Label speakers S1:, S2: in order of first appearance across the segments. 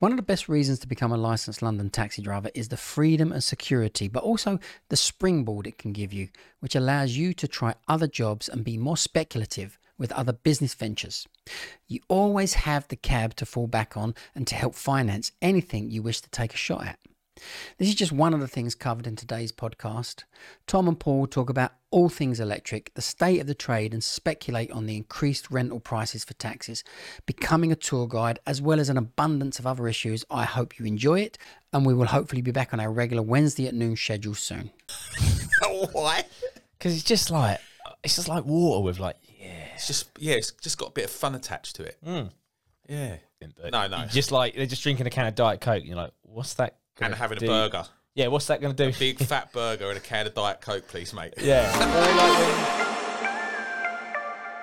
S1: One of the best reasons to become a licensed London taxi driver is the freedom and security, but also the springboard it can give you, which allows you to try other jobs and be more speculative with other business ventures. You always have the cab to fall back on and to help finance anything you wish to take a shot at. This is just one of the things covered in today's podcast. Tom and Paul talk about all things electric, the state of the trade, and speculate on the increased rental prices for taxis, becoming a tour guide, as well as an abundance of other issues. I hope you enjoy it, and we will hopefully be back on our regular Wednesday at noon schedule soon.
S2: Why?
S3: Because it's just like it's just like water with like yeah.
S2: It's just yeah, it's just got a bit of fun attached to it.
S3: Mm.
S2: Yeah. No, no.
S3: You're Just like they're just drinking a can of diet coke. And you're like, what's that? gonna
S2: And having a
S3: do?
S2: burger.
S3: Yeah, what's that going to do?
S2: Big fat burger and a can of Diet Coke, please, mate.
S3: Yeah.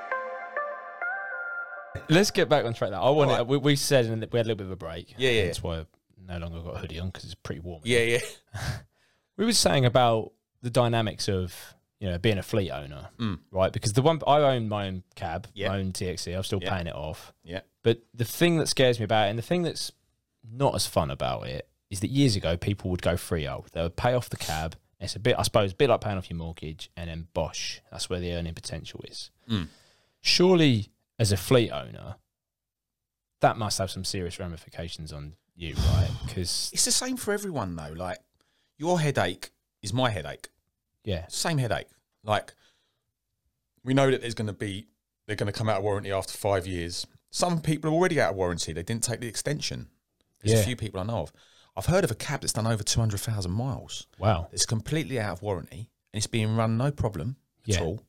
S3: Let's get back on track. Now, I want
S2: Alright.
S3: we, we said in the, we had a little bit of a break.
S2: Yeah, yeah.
S3: That's why I no longer got a hoodie on because it's pretty warm.
S2: Yeah, yeah.
S3: We were saying about the dynamics of you know being a fleet owner, right? Because the one I own my own cab,
S2: Mm. Yeah.
S3: my own TXC, I'm still
S2: Yeah.
S3: paying it off.
S2: Yeah.
S3: But the thing that scares me about it, and the thing that's not as fun about it, is that years ago people would go freehold. They would pay off the cab. It's a bit, I suppose, a bit like paying off your mortgage, and then bosh, that's where the earning potential is. Surely, as a fleet owner, that must have some serious ramifications on you, right? Because
S2: It's the same for everyone though. Like your headache is my headache.
S3: yeah,
S2: Same headache. Like we know that there's gonna be they're gonna come out of warranty after five years. Some people are already out of warranty. They didn't take the extension. There's
S3: Yeah.
S2: a few people I know of. I've heard of a cab that's done over two hundred thousand miles.
S3: wow,
S2: It's completely out of warranty and it's being run no problem
S3: Yeah.
S2: at all.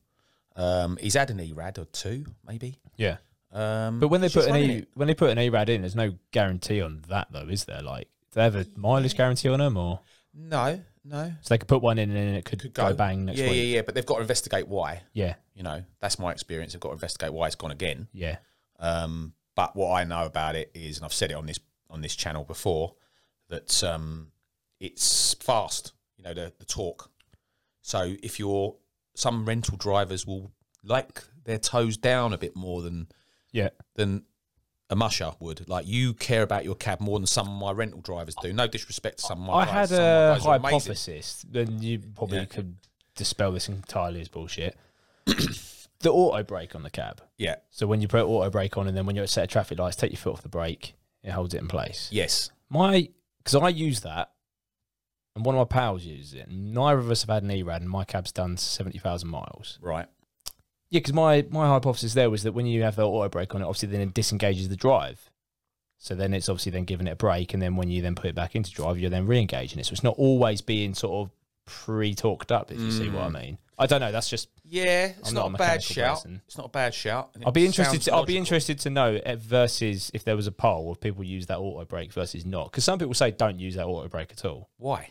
S2: Um, he's had an ERAD or two, maybe.
S3: yeah.
S2: Um,
S3: But when they
S2: it's
S3: put
S2: just
S3: an
S2: running
S3: e,
S2: it.
S3: when they put an ERAD in, there's no guarantee on that though, is there? Like, do they have a mileage guarantee on them, or
S2: no, no,
S3: so they could put one in and then it could,
S2: could
S3: go.
S2: go,
S3: bang next
S2: yeah,
S3: week?
S2: yeah, yeah. But they've got to investigate why.
S3: yeah,
S2: You know, that's my experience. They've got to investigate why it's gone again.
S3: yeah.
S2: Um, but what I know about it is, and I've said it on this on this channel before, that um, it's fast. You know, the the torque. So if you're some rental drivers will like their toes down a bit more than
S3: yeah.
S2: than a musher would. Like you care about your cab more than some of my rental drivers do. No disrespect to some of my
S3: I
S2: guys.
S3: had
S2: Some of my
S3: a
S2: guys are amazing.
S3: hypothesis, then you probably
S2: Yeah.
S3: could dispel this entirely as bullshit. the auto brake on the cab.
S2: Yeah.
S3: So when you put auto brake on, and then when you're at a set of traffic lights, take your foot off the brake, it holds it in place.
S2: Yes.
S3: My because I use that, and one of my pals uses it. And neither of us have had an ERAD, and my cab's done seventy thousand miles.
S2: Right.
S3: Yeah, because my my hypothesis there was that when you have the auto brake on it, obviously then it disengages the drive. So then it's obviously then giving it a break, and then when you then put it back into drive, you're then re-engaging it. So it's not always being sort of pre-talked up, if you see what I
S2: Hmm.
S3: mean. I don't know. That's just.
S2: Yeah. It's
S3: I'm
S2: not,
S3: not
S2: a
S3: a
S2: bad
S3: mechanical
S2: shout.
S3: person.
S2: It's not a bad shout. and it
S3: I'll be interested.
S2: sounds
S3: To, I'll be
S2: logical.
S3: interested to know eh, versus if there was a poll of people use that auto brake versus not. Because some people say don't use that auto brake at all.
S2: Why?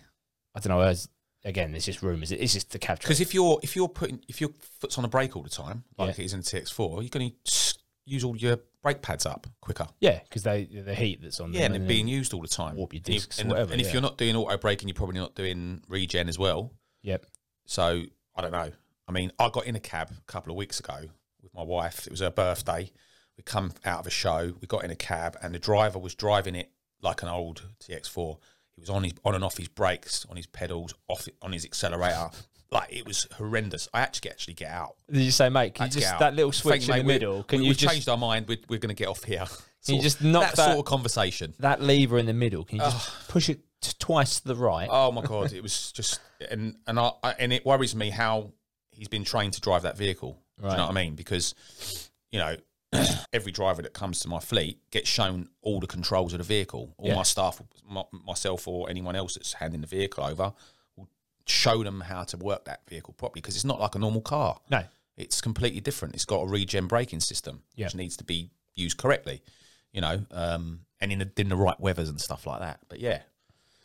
S3: I don't know. As again, it's just rumors. It's just the capture.
S2: Because if you're if you're putting if your foot's on a brake all the time, like
S3: Yeah.
S2: it is in a TX4, you're going to use all your brake pads up quicker.
S3: yeah, because they the heat that's on.
S2: Yeah,
S3: them
S2: and they're
S3: then-
S2: being used all the time.
S3: warp your
S2: And you-
S3: discs or
S2: and,
S3: whatever,
S2: and if
S3: yeah.
S2: you're not doing auto braking, you're probably not doing regen as well.
S3: Yep.
S2: So I don't know. I mean, I got in a cab a couple of weeks ago with my wife. It was her birthday. We come out of a show. We got in a cab, and the driver was driving it like an old TX4. He was on his on and off his brakes, on his pedals, off on his accelerator. like it was horrendous. I actually actually get out.
S3: Did you say, mate?
S2: I
S3: Can you
S2: had to get
S3: just
S2: out.
S3: that little
S2: Thank
S3: switch
S2: you,
S3: in
S2: mate.
S3: the
S2: We-
S3: middle? Can
S2: we,
S3: you
S2: we've
S3: just
S2: changed our mind. We're, we're going to get off here.
S3: Can you
S2: Sort
S3: just
S2: of-
S3: knock
S2: that,
S3: that-
S2: sort of conversation?
S3: that lever in the middle? Can you just push it t- twice to the right?
S2: Oh my god, it was just and and I, I and it worries me how he's been trained to drive that vehicle. Do
S3: Right.
S2: you know what I mean? Because you know every driver that comes to my fleet gets shown all the controls of the vehicle. All
S3: Yeah.
S2: my staff, my, myself, or anyone else that's handing the vehicle over, will show them how to work that vehicle properly because it's not like a normal car.
S3: No.
S2: It's completely different. It's got a regen braking system,
S3: Yeah.
S2: which needs to be used correctly. You know, um, and in the, in the right weathers and stuff like that. But yeah,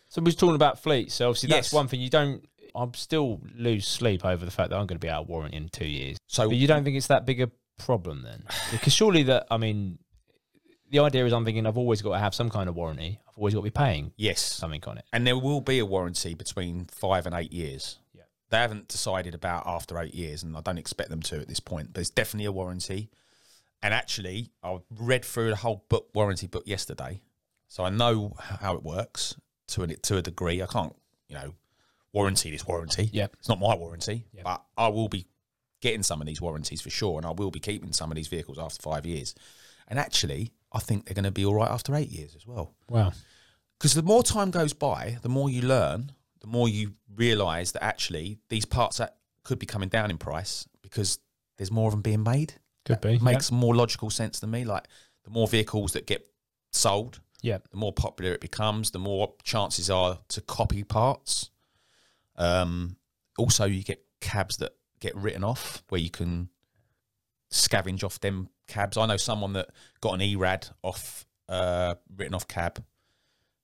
S3: So we was talking about fleet. So obviously that's
S2: Yes.
S3: one thing you don't. I'm still lose sleep over the fact that I'm going to be out of warranty in two years.
S2: so
S3: But you don't think it's that big a problem then? Because surely that I mean, the idea is I'm thinking I've always got to have some kind of warranty. I've always got to be paying
S2: yes,
S3: something on it.
S2: and there will be a warranty between five and eight years.
S3: Yeah.
S2: They haven't decided about after eight years, and I don't expect them to at this point. But it's definitely a warranty. And actually, I read through the whole book warranty book yesterday, So I know how it works to a, to a degree. I can't, you know, warranty this warranty.
S3: Yeah.
S2: It's not my warranty,
S3: Yeah.
S2: but I will be getting some of these warranties for sure. And I will be keeping some of these vehicles after five years. And actually, I think they're going to be all right after eight years as well.
S3: Wow.
S2: Because the more time goes by, the more you learn, the more you realize that actually these parts that could be coming down in price because there's more of them being made.
S3: Could be.
S2: Makes more logical sense to me. Like the more vehicles that get sold,
S3: Yeah.
S2: the more popular it becomes, the more chances are to copy parts. Um, also, you get cabs that get written off where you can scavenge off them cabs. I know someone that got an ERAD off uh, written off cab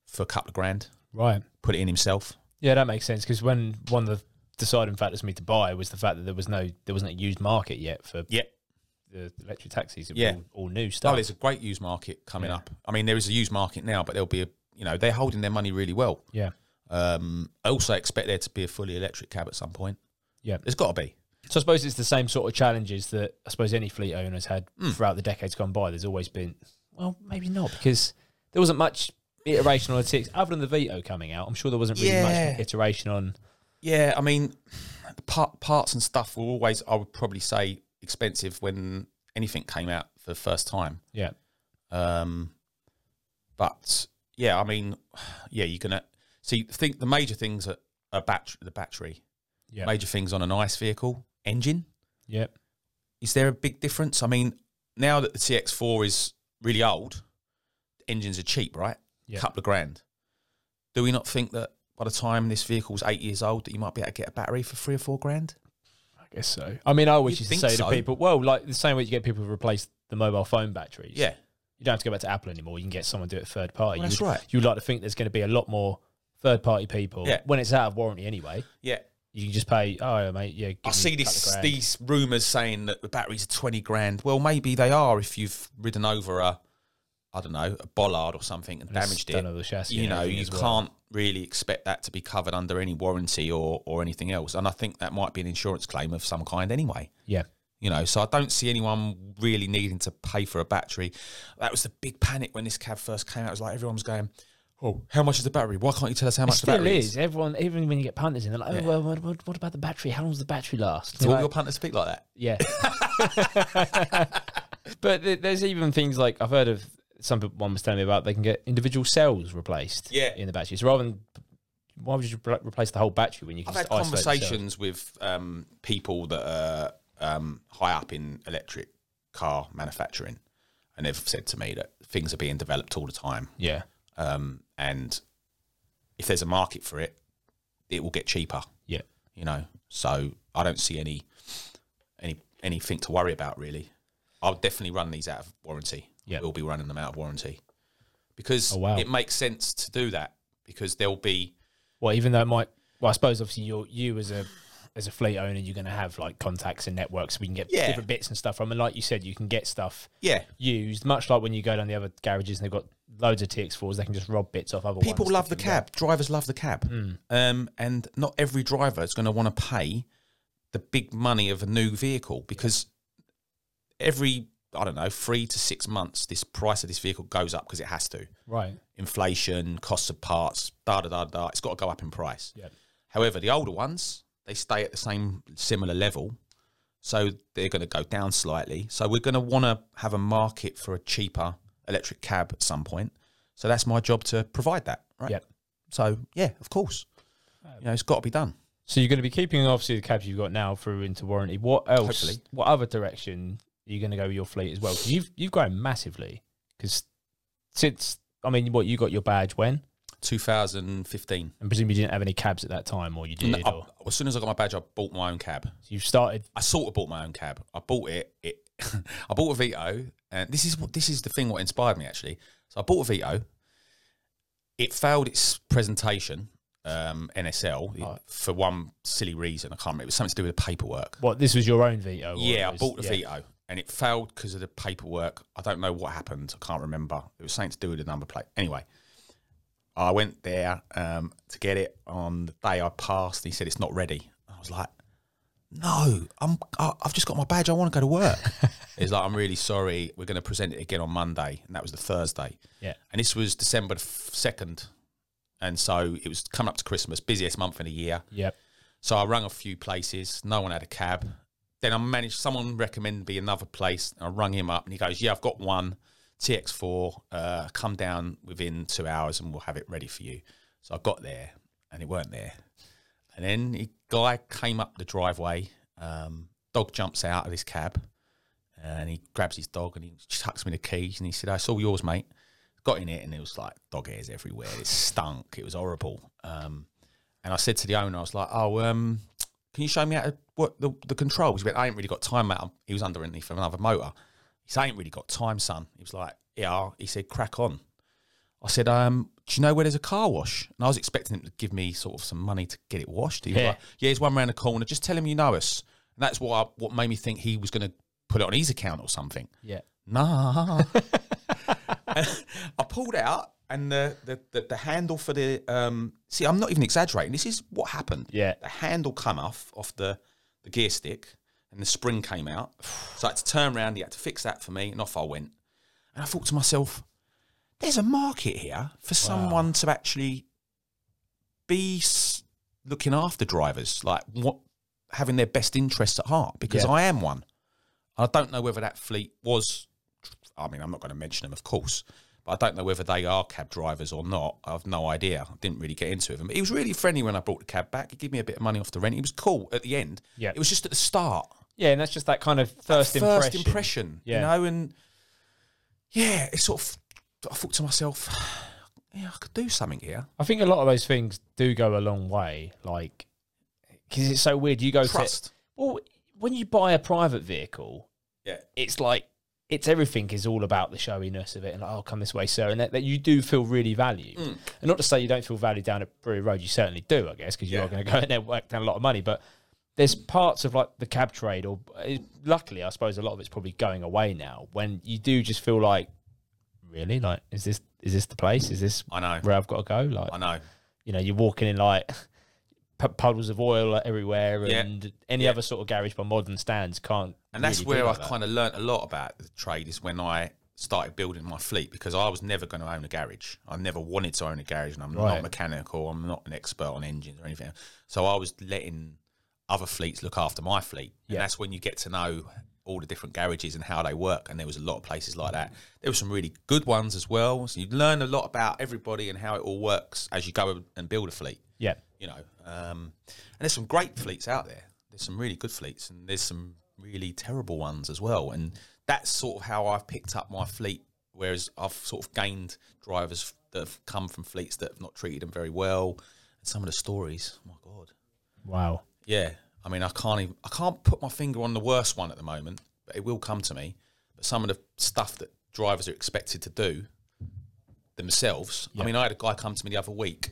S2: for a couple of grand,
S3: Right.
S2: put it in himself.
S3: Yeah, that makes sense because when one of the deciding factors for me to buy was the fact that there was no there wasn't a used market yet for
S2: Yep.
S3: the electric taxis. It was
S2: Yeah.
S3: all, all new
S2: Oh,
S3: stuff.
S2: there's a great used market coming
S3: Yeah.
S2: up. I mean, there is a used market now, but there'll be a you know they're holding their money really well.
S3: yeah,
S2: Um, I also expect there to be a fully electric cab at some point.
S3: Yeah.
S2: there's got to be.
S3: so I suppose it's the same sort of challenges that I suppose any fleet owners had
S2: Hmm.
S3: throughout the decades gone by. There's always been well, maybe not because there wasn't much iteration on the six other than the Vito coming out. I'm sure there wasn't really
S2: Yeah.
S3: much iteration on.
S2: Yeah, I mean, part, parts and stuff were always, I would probably say, expensive when anything came out for the first time.
S3: Yeah,
S2: Um, but yeah, I mean, yeah, you're gonna see. Think the major things are, are battery, the battery.
S3: Yeah.
S2: Major things on an ICE vehicle engine.
S3: yeah,
S2: Is there a big difference? I mean, now that the TX4 is really old, engines are cheap, right?
S3: Yeah.
S2: Couple of grand. Do we not think that by the time this vehicle's eight years old, that you might be able to get a battery for three or four grand?
S3: I guess so. I mean, I always
S2: You'd
S3: used to
S2: think
S3: say
S2: so.
S3: to people, well, like the same way you get people to replace the mobile phone batteries.
S2: Yeah.
S3: you don't have to go back to Apple anymore. You can get someone to do it third party.
S2: Well, that's
S3: you would,
S2: right.
S3: You would like to think there's going to be a lot more third party people
S2: Yeah.
S3: when it's out of warranty anyway.
S2: Yeah.
S3: You can just pay. Oh, mate, yeah. give
S2: I
S3: me
S2: see
S3: a couple of
S2: this,
S3: grand."
S2: these rumours saying that the batteries are 20 grand. Well, maybe they are if you've ridden over a, I don't know, a bollard or something and,
S3: And it's
S2: damaged
S3: done
S2: it.
S3: over the chassis
S2: You
S3: and
S2: know,
S3: everything
S2: you
S3: as well.
S2: can't really expect that to be covered under any warranty or, or anything else. And I think that might be an insurance claim of some kind anyway.
S3: Yeah,
S2: You know, so I don't see anyone really needing to pay for a battery. That was the big panic when this cab first came out. It was like everyone was going, "Oh, how much is the battery? Why can't you tell us how
S3: it
S2: much the
S3: still
S2: battery
S3: is. Everyone, even when you get punters in, they're like, oh, well, what, what, what about the battery? How long does the battery last?
S2: Do
S3: You're
S2: all your
S3: like,
S2: punters speak like that?
S3: yeah. but th- there's even things like I've heard of. Some people, one was telling me about they can get individual cells replaced.
S2: Yeah.
S3: in the battery. So rather than why would you re- replace the whole battery when you can
S2: I've
S3: just
S2: had
S3: isolate the cells?
S2: conversations with um, people that are um, high up in electric car manufacturing, and they've said to me that things are being developed all the time,
S3: Yeah,
S2: um, and if there's a market for it, it will get cheaper.
S3: yeah.
S2: You know, so I don't see any any anything to worry about really. I'll definitely run these out of warranty.
S3: Yeah.
S2: we'll be running them out of warranty because
S3: Oh, wow.
S2: it makes sense to do that because there'll be
S3: Well, even though it might, well, I suppose obviously you you as a as a fleet owner, you're going to have like contacts and networks. We can get
S2: Yeah.
S3: different bits and stuff from. And like you said, you can get stuff
S2: yeah
S3: used, much like when you go down the other garages and they've got loads of TX4s, they can just rob bits off other
S2: people
S3: ones
S2: love the
S3: that you
S2: cab. Drivers love the cab. Um, and not every driver is going to want to pay the big money of a new vehicle because every, I don't know, three to six months, this price of this vehicle goes up because it has to.
S3: get. Right.
S2: Inflation, costs of parts, da da da da. It's got to go up in price.
S3: Yeah.
S2: However, the older ones, they stay at the same similar level. So they're going to go down slightly. So we're going to want to have a market for a cheaper electric cab at some point. So that's my job to provide that, right?
S3: Yep. Uh,
S2: So yeah, of course. You know, it's got to be done.
S3: So you're going to be keeping obviously the cabs you've got now through into warranty. What else?
S2: Hopefully.
S3: What other direction are you going to go with your fleet as well? 'Cause you've you've grown massively because since I mean, what you got your badge when,
S2: 2015.
S3: and presumably you didn't have any cabs at that time, or you did,
S2: And I-
S3: or
S2: as soon as I got my badge, I bought my own cab.
S3: so you've started
S2: I sort of bought my own cab. I bought it. It. I bought a Vito, and this is what this is the thing what inspired me actually. So I bought a Vito. It failed its presentation, um, NSL,
S3: Right.
S2: for one silly reason. I can't remember. It was something to do with the paperwork.
S3: What this was your own veto? or
S2: Yeah,
S3: it
S2: I
S3: was-
S2: bought the
S3: yeah.
S2: Vito and it failed because of the paperwork. I don't know what happened. I can't remember. It was something to do with the number plate. Anyway, I went there um, to get it on the day I passed and he said, it's not ready. I was like, no, I'm, I, I've just got my badge. I want to go to work. He's like, I'm really sorry. We're going to present it again on Monday. And that was the Thursday.
S3: Yeah.
S2: And this was December the f- 2nd. And so it was coming up to Christmas, busiest month in the year.
S3: Yep.
S2: So I rang a few places. No one had a cab. Then I managed. Someone recommended me another place. And I rung him up, and he goes, "Yeah, I've got one TX4. Uh, come down within two hours, and we'll have it ready for you." So I got there, and it weren't there. And then a guy came up the driveway. Um, dog jumps out of his cab, and he grabs his dog and he chucks me the keys, and he said, "I saw yours, mate." Got in it, and it was like dog hairs everywhere. It stunk. It was horrible. Um, and I said to the owner, I was like, "Oh, um, can you show me how to work the, the controls?" He went, "I ain't really got time, mate." He was underneath of another motor. He said, "I ain't really got time, son." He was like, "Yeah." He said, "Crack on." I said, um, "Do you know where there's a car wash?" And I was expecting him to give me sort of some money to get it washed. He was
S3: Yeah.
S2: like, "Yeah, there's one round the corner. Just tell him you know us." And that's what I, what made me think he was going to put it on his account or something.
S3: Yeah.
S2: Nah. And I pulled out and the, the, the, the handle for the um see I'm not even exaggerating. This is what happened.
S3: Yeah.
S2: The handle come off off the, the gear stick and the spring came out. So I had to turn around, he had to fix that for me, and off I went. And I thought to myself, there's a market here for someone to actually be s- looking after drivers, like what having their best interests at heart, because
S3: Yeah.
S2: I am one. I don't know whether that fleet was. I mean, I'm not going to mention them, of course, but I don't know whether they are cab drivers or not. I've no idea. I didn't really get into them. He was really friendly when I brought the cab back. He gave me a bit of money off the rent. He was cool at the end.
S3: Yeah.
S2: It was just at the start.
S3: Yeah, and that's just that kind of first,
S2: First
S3: impression.
S2: impression.
S3: Yeah.
S2: You know, and yeah, it's sort of. I thought to myself, yeah, I could do something here.
S3: I think a lot of those things do go a long way. Like, because it's so weird. You go
S2: Trust.
S3: to well when you buy a private vehicle,
S2: Yeah.
S3: it's like it's everything is all about the showiness of it and like, oh come this way sir and that, that you do feel really valued
S2: Mm.
S3: and not to say you don't feel valued down at Brewery Road you certainly do I guess because you
S2: Yeah.
S3: are going to go in there and work down a lot of money but there's parts of like the cab trade or eh, luckily I suppose a lot of it's probably going away now when you do just feel like really like is this is this the place is this
S2: I know.
S3: where I've got to go like
S2: I know.
S3: you know you're walking in like pu- puddles of oil everywhere
S2: Yeah.
S3: and any
S2: Yeah.
S3: other sort of garage by modern stands can't
S2: And that's
S3: really do
S2: where
S3: like
S2: I
S3: that.
S2: kind of learnt a lot about the trade is when I started building my fleet because I was never going to own a garage. I never wanted to own a garage, and I'm
S3: Right.
S2: not mechanical. I'm not an expert on engines or anything. So I was letting other fleets look after my fleet,
S3: Yeah.
S2: and that's when you get to know all the different garages and how they work. And there was a lot of places like that. There were some really good ones as well. So you learn a lot about everybody and how it all works as you go and build a fleet
S3: yeah
S2: you know. Um, and there's some great fleets out there. There's some really good fleets, and there's some really terrible ones as well. And that's sort of how I've picked up my fleet. Whereas I've sort of gained drivers that have come from fleets that have not treated them very well, and some of the stories. My God,
S3: wow
S2: yeah. I mean, I can't even. I can't put my finger on the worst one at the moment, but it will come to me. But some of the stuff that drivers are expected to do themselves. I mean, I had a guy come to me the other week,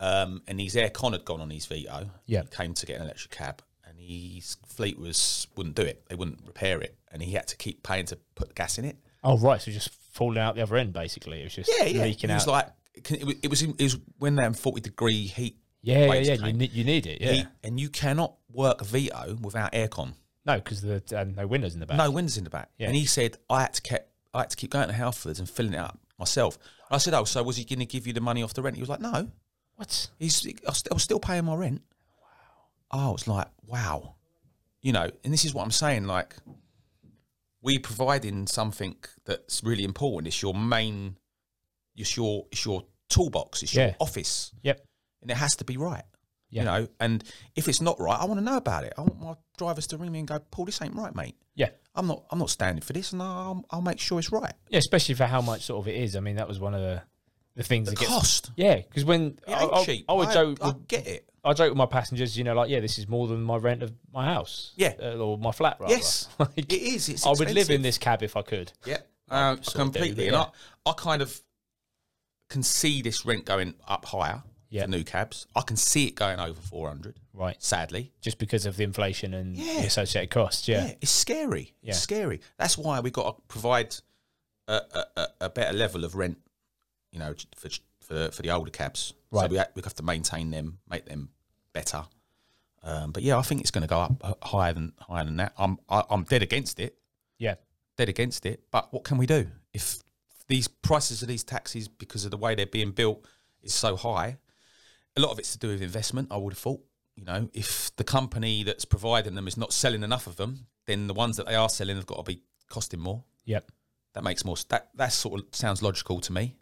S2: um, and his air con had gone on his Vito.
S3: Yeah.
S2: he came to get an electric cab, and his fleet was wouldn't do it. They wouldn't repair it, and he had to keep paying to put gas in it.
S3: Oh right, so just falling out the other end basically. It was just
S2: Yeah, yeah.
S3: leaking
S2: it was
S3: out.
S2: like it was, it was it was when they had forty degree heat.
S3: yeah, yeah,
S2: waves
S3: yeah. You
S2: came.
S3: need, you need it. Yeah.
S2: Heat, and you cannot work a Vito without aircon.
S3: No, because the um, no windows in the back.
S2: No windows in the back.
S3: Yeah.
S2: And he said I had to kept I had to keep going to Halfords and filling it up myself. I said, oh, so was he going to give you the money off the rent? He was like, no.
S3: What?
S2: He's I was- I was still paying my rent. Wow. I was like, wow. You know, and this is what I'm saying. Like, we providing something that's really important. It's your main. It's your it's your toolbox. It's
S3: Yeah.
S2: your office,
S3: Yep.
S2: and it has to be right.
S3: Yeah.
S2: You know, and if it's not right, I want to know about it. I want my drivers to ring me and go, Paul, this ain't right, mate.
S3: Yeah.
S2: I'm not I'm not standing for this, and I'll, I'll make sure it's right.
S3: Yeah. Especially for how much sort of it is. I mean, that was one of the the things
S2: The
S3: that gets.
S2: cost.
S3: Yeah, because when
S2: It
S3: I,
S2: ain't
S3: I,
S2: cheap.
S3: I would
S2: I,
S3: joke.
S2: I
S3: with-
S2: get it.
S3: I joke with my passengers. You know, like yeah, this is more than my rent of my house.
S2: Yeah.
S3: uh, or my flat. Rather.
S2: Yes, it
S3: Like,
S2: is. It's
S3: I would live in
S2: expensive.
S3: this cab if I could.
S2: Yeah, uh,
S3: of do,
S2: completely.
S3: yeah.
S2: And I, I kind of can see this rent going up higher
S3: Yeah.
S2: for new cabs. I can see it going over 400,
S3: Right.
S2: sadly.
S3: Just because of the inflation and
S2: Yeah.
S3: the associated costs. Yeah.
S2: Yeah, it's scary.
S3: Yeah.
S2: It's scary. That's why we got to provide a, a, a- a better level of rent, you know, for for, for the older cabs. So
S3: Right.
S2: we, ha- we have to maintain them, make them better. Um, but yeah, I think it's going to go up uh, higher than higher than that. I'm I, I'm dead against it,
S3: Yeah.
S2: dead against it. But what can we do if these prices of these taxis, because of the way they're being built, is so high? A lot of it's to do with investment. I would have thought. You know, if the company that's providing them is not selling enough of them, then the ones that they are selling have got to be costing more.
S3: Yep.
S2: That makes more. That that sort of sounds logical to me.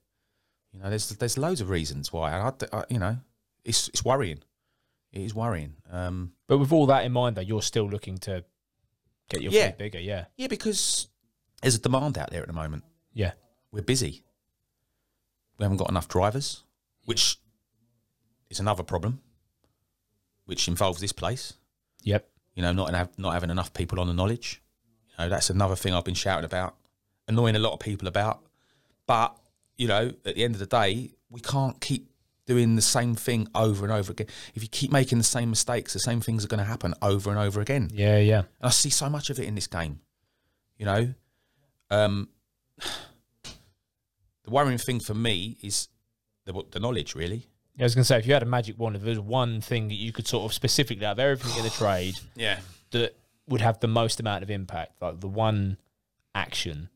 S2: You know, there's there's loads of reasons why. And I, I- you know, it's it's worrying. It is worrying. Um,
S3: But with all that in mind, though, you're still looking to get your
S2: Yeah.
S3: fleet bigger. Yeah.
S2: yeah, because there's a demand out there at the moment.
S3: Yeah.
S2: We're busy. We haven't got enough drivers, which is another problem, which involves this place.
S3: Yep.
S2: You know, not have, not having enough people on the knowledge. You know, that's another thing I've been shouting about, annoying a lot of people about. But you know, at the end of the day, we can't keep doing the same thing over and over again. If you keep making the same mistakes, the same things are going to happen over and over again.
S3: Yeah. Yeah.
S2: And I see so much of it in this game. You know, um, the worrying thing for me is the, the knowledge, really.
S3: I was going to say, if you had a magic wand, if there was one thing that you could sort of specifically out of everything in the trade
S2: Yeah.
S3: that would have the most amount of impact, like the one action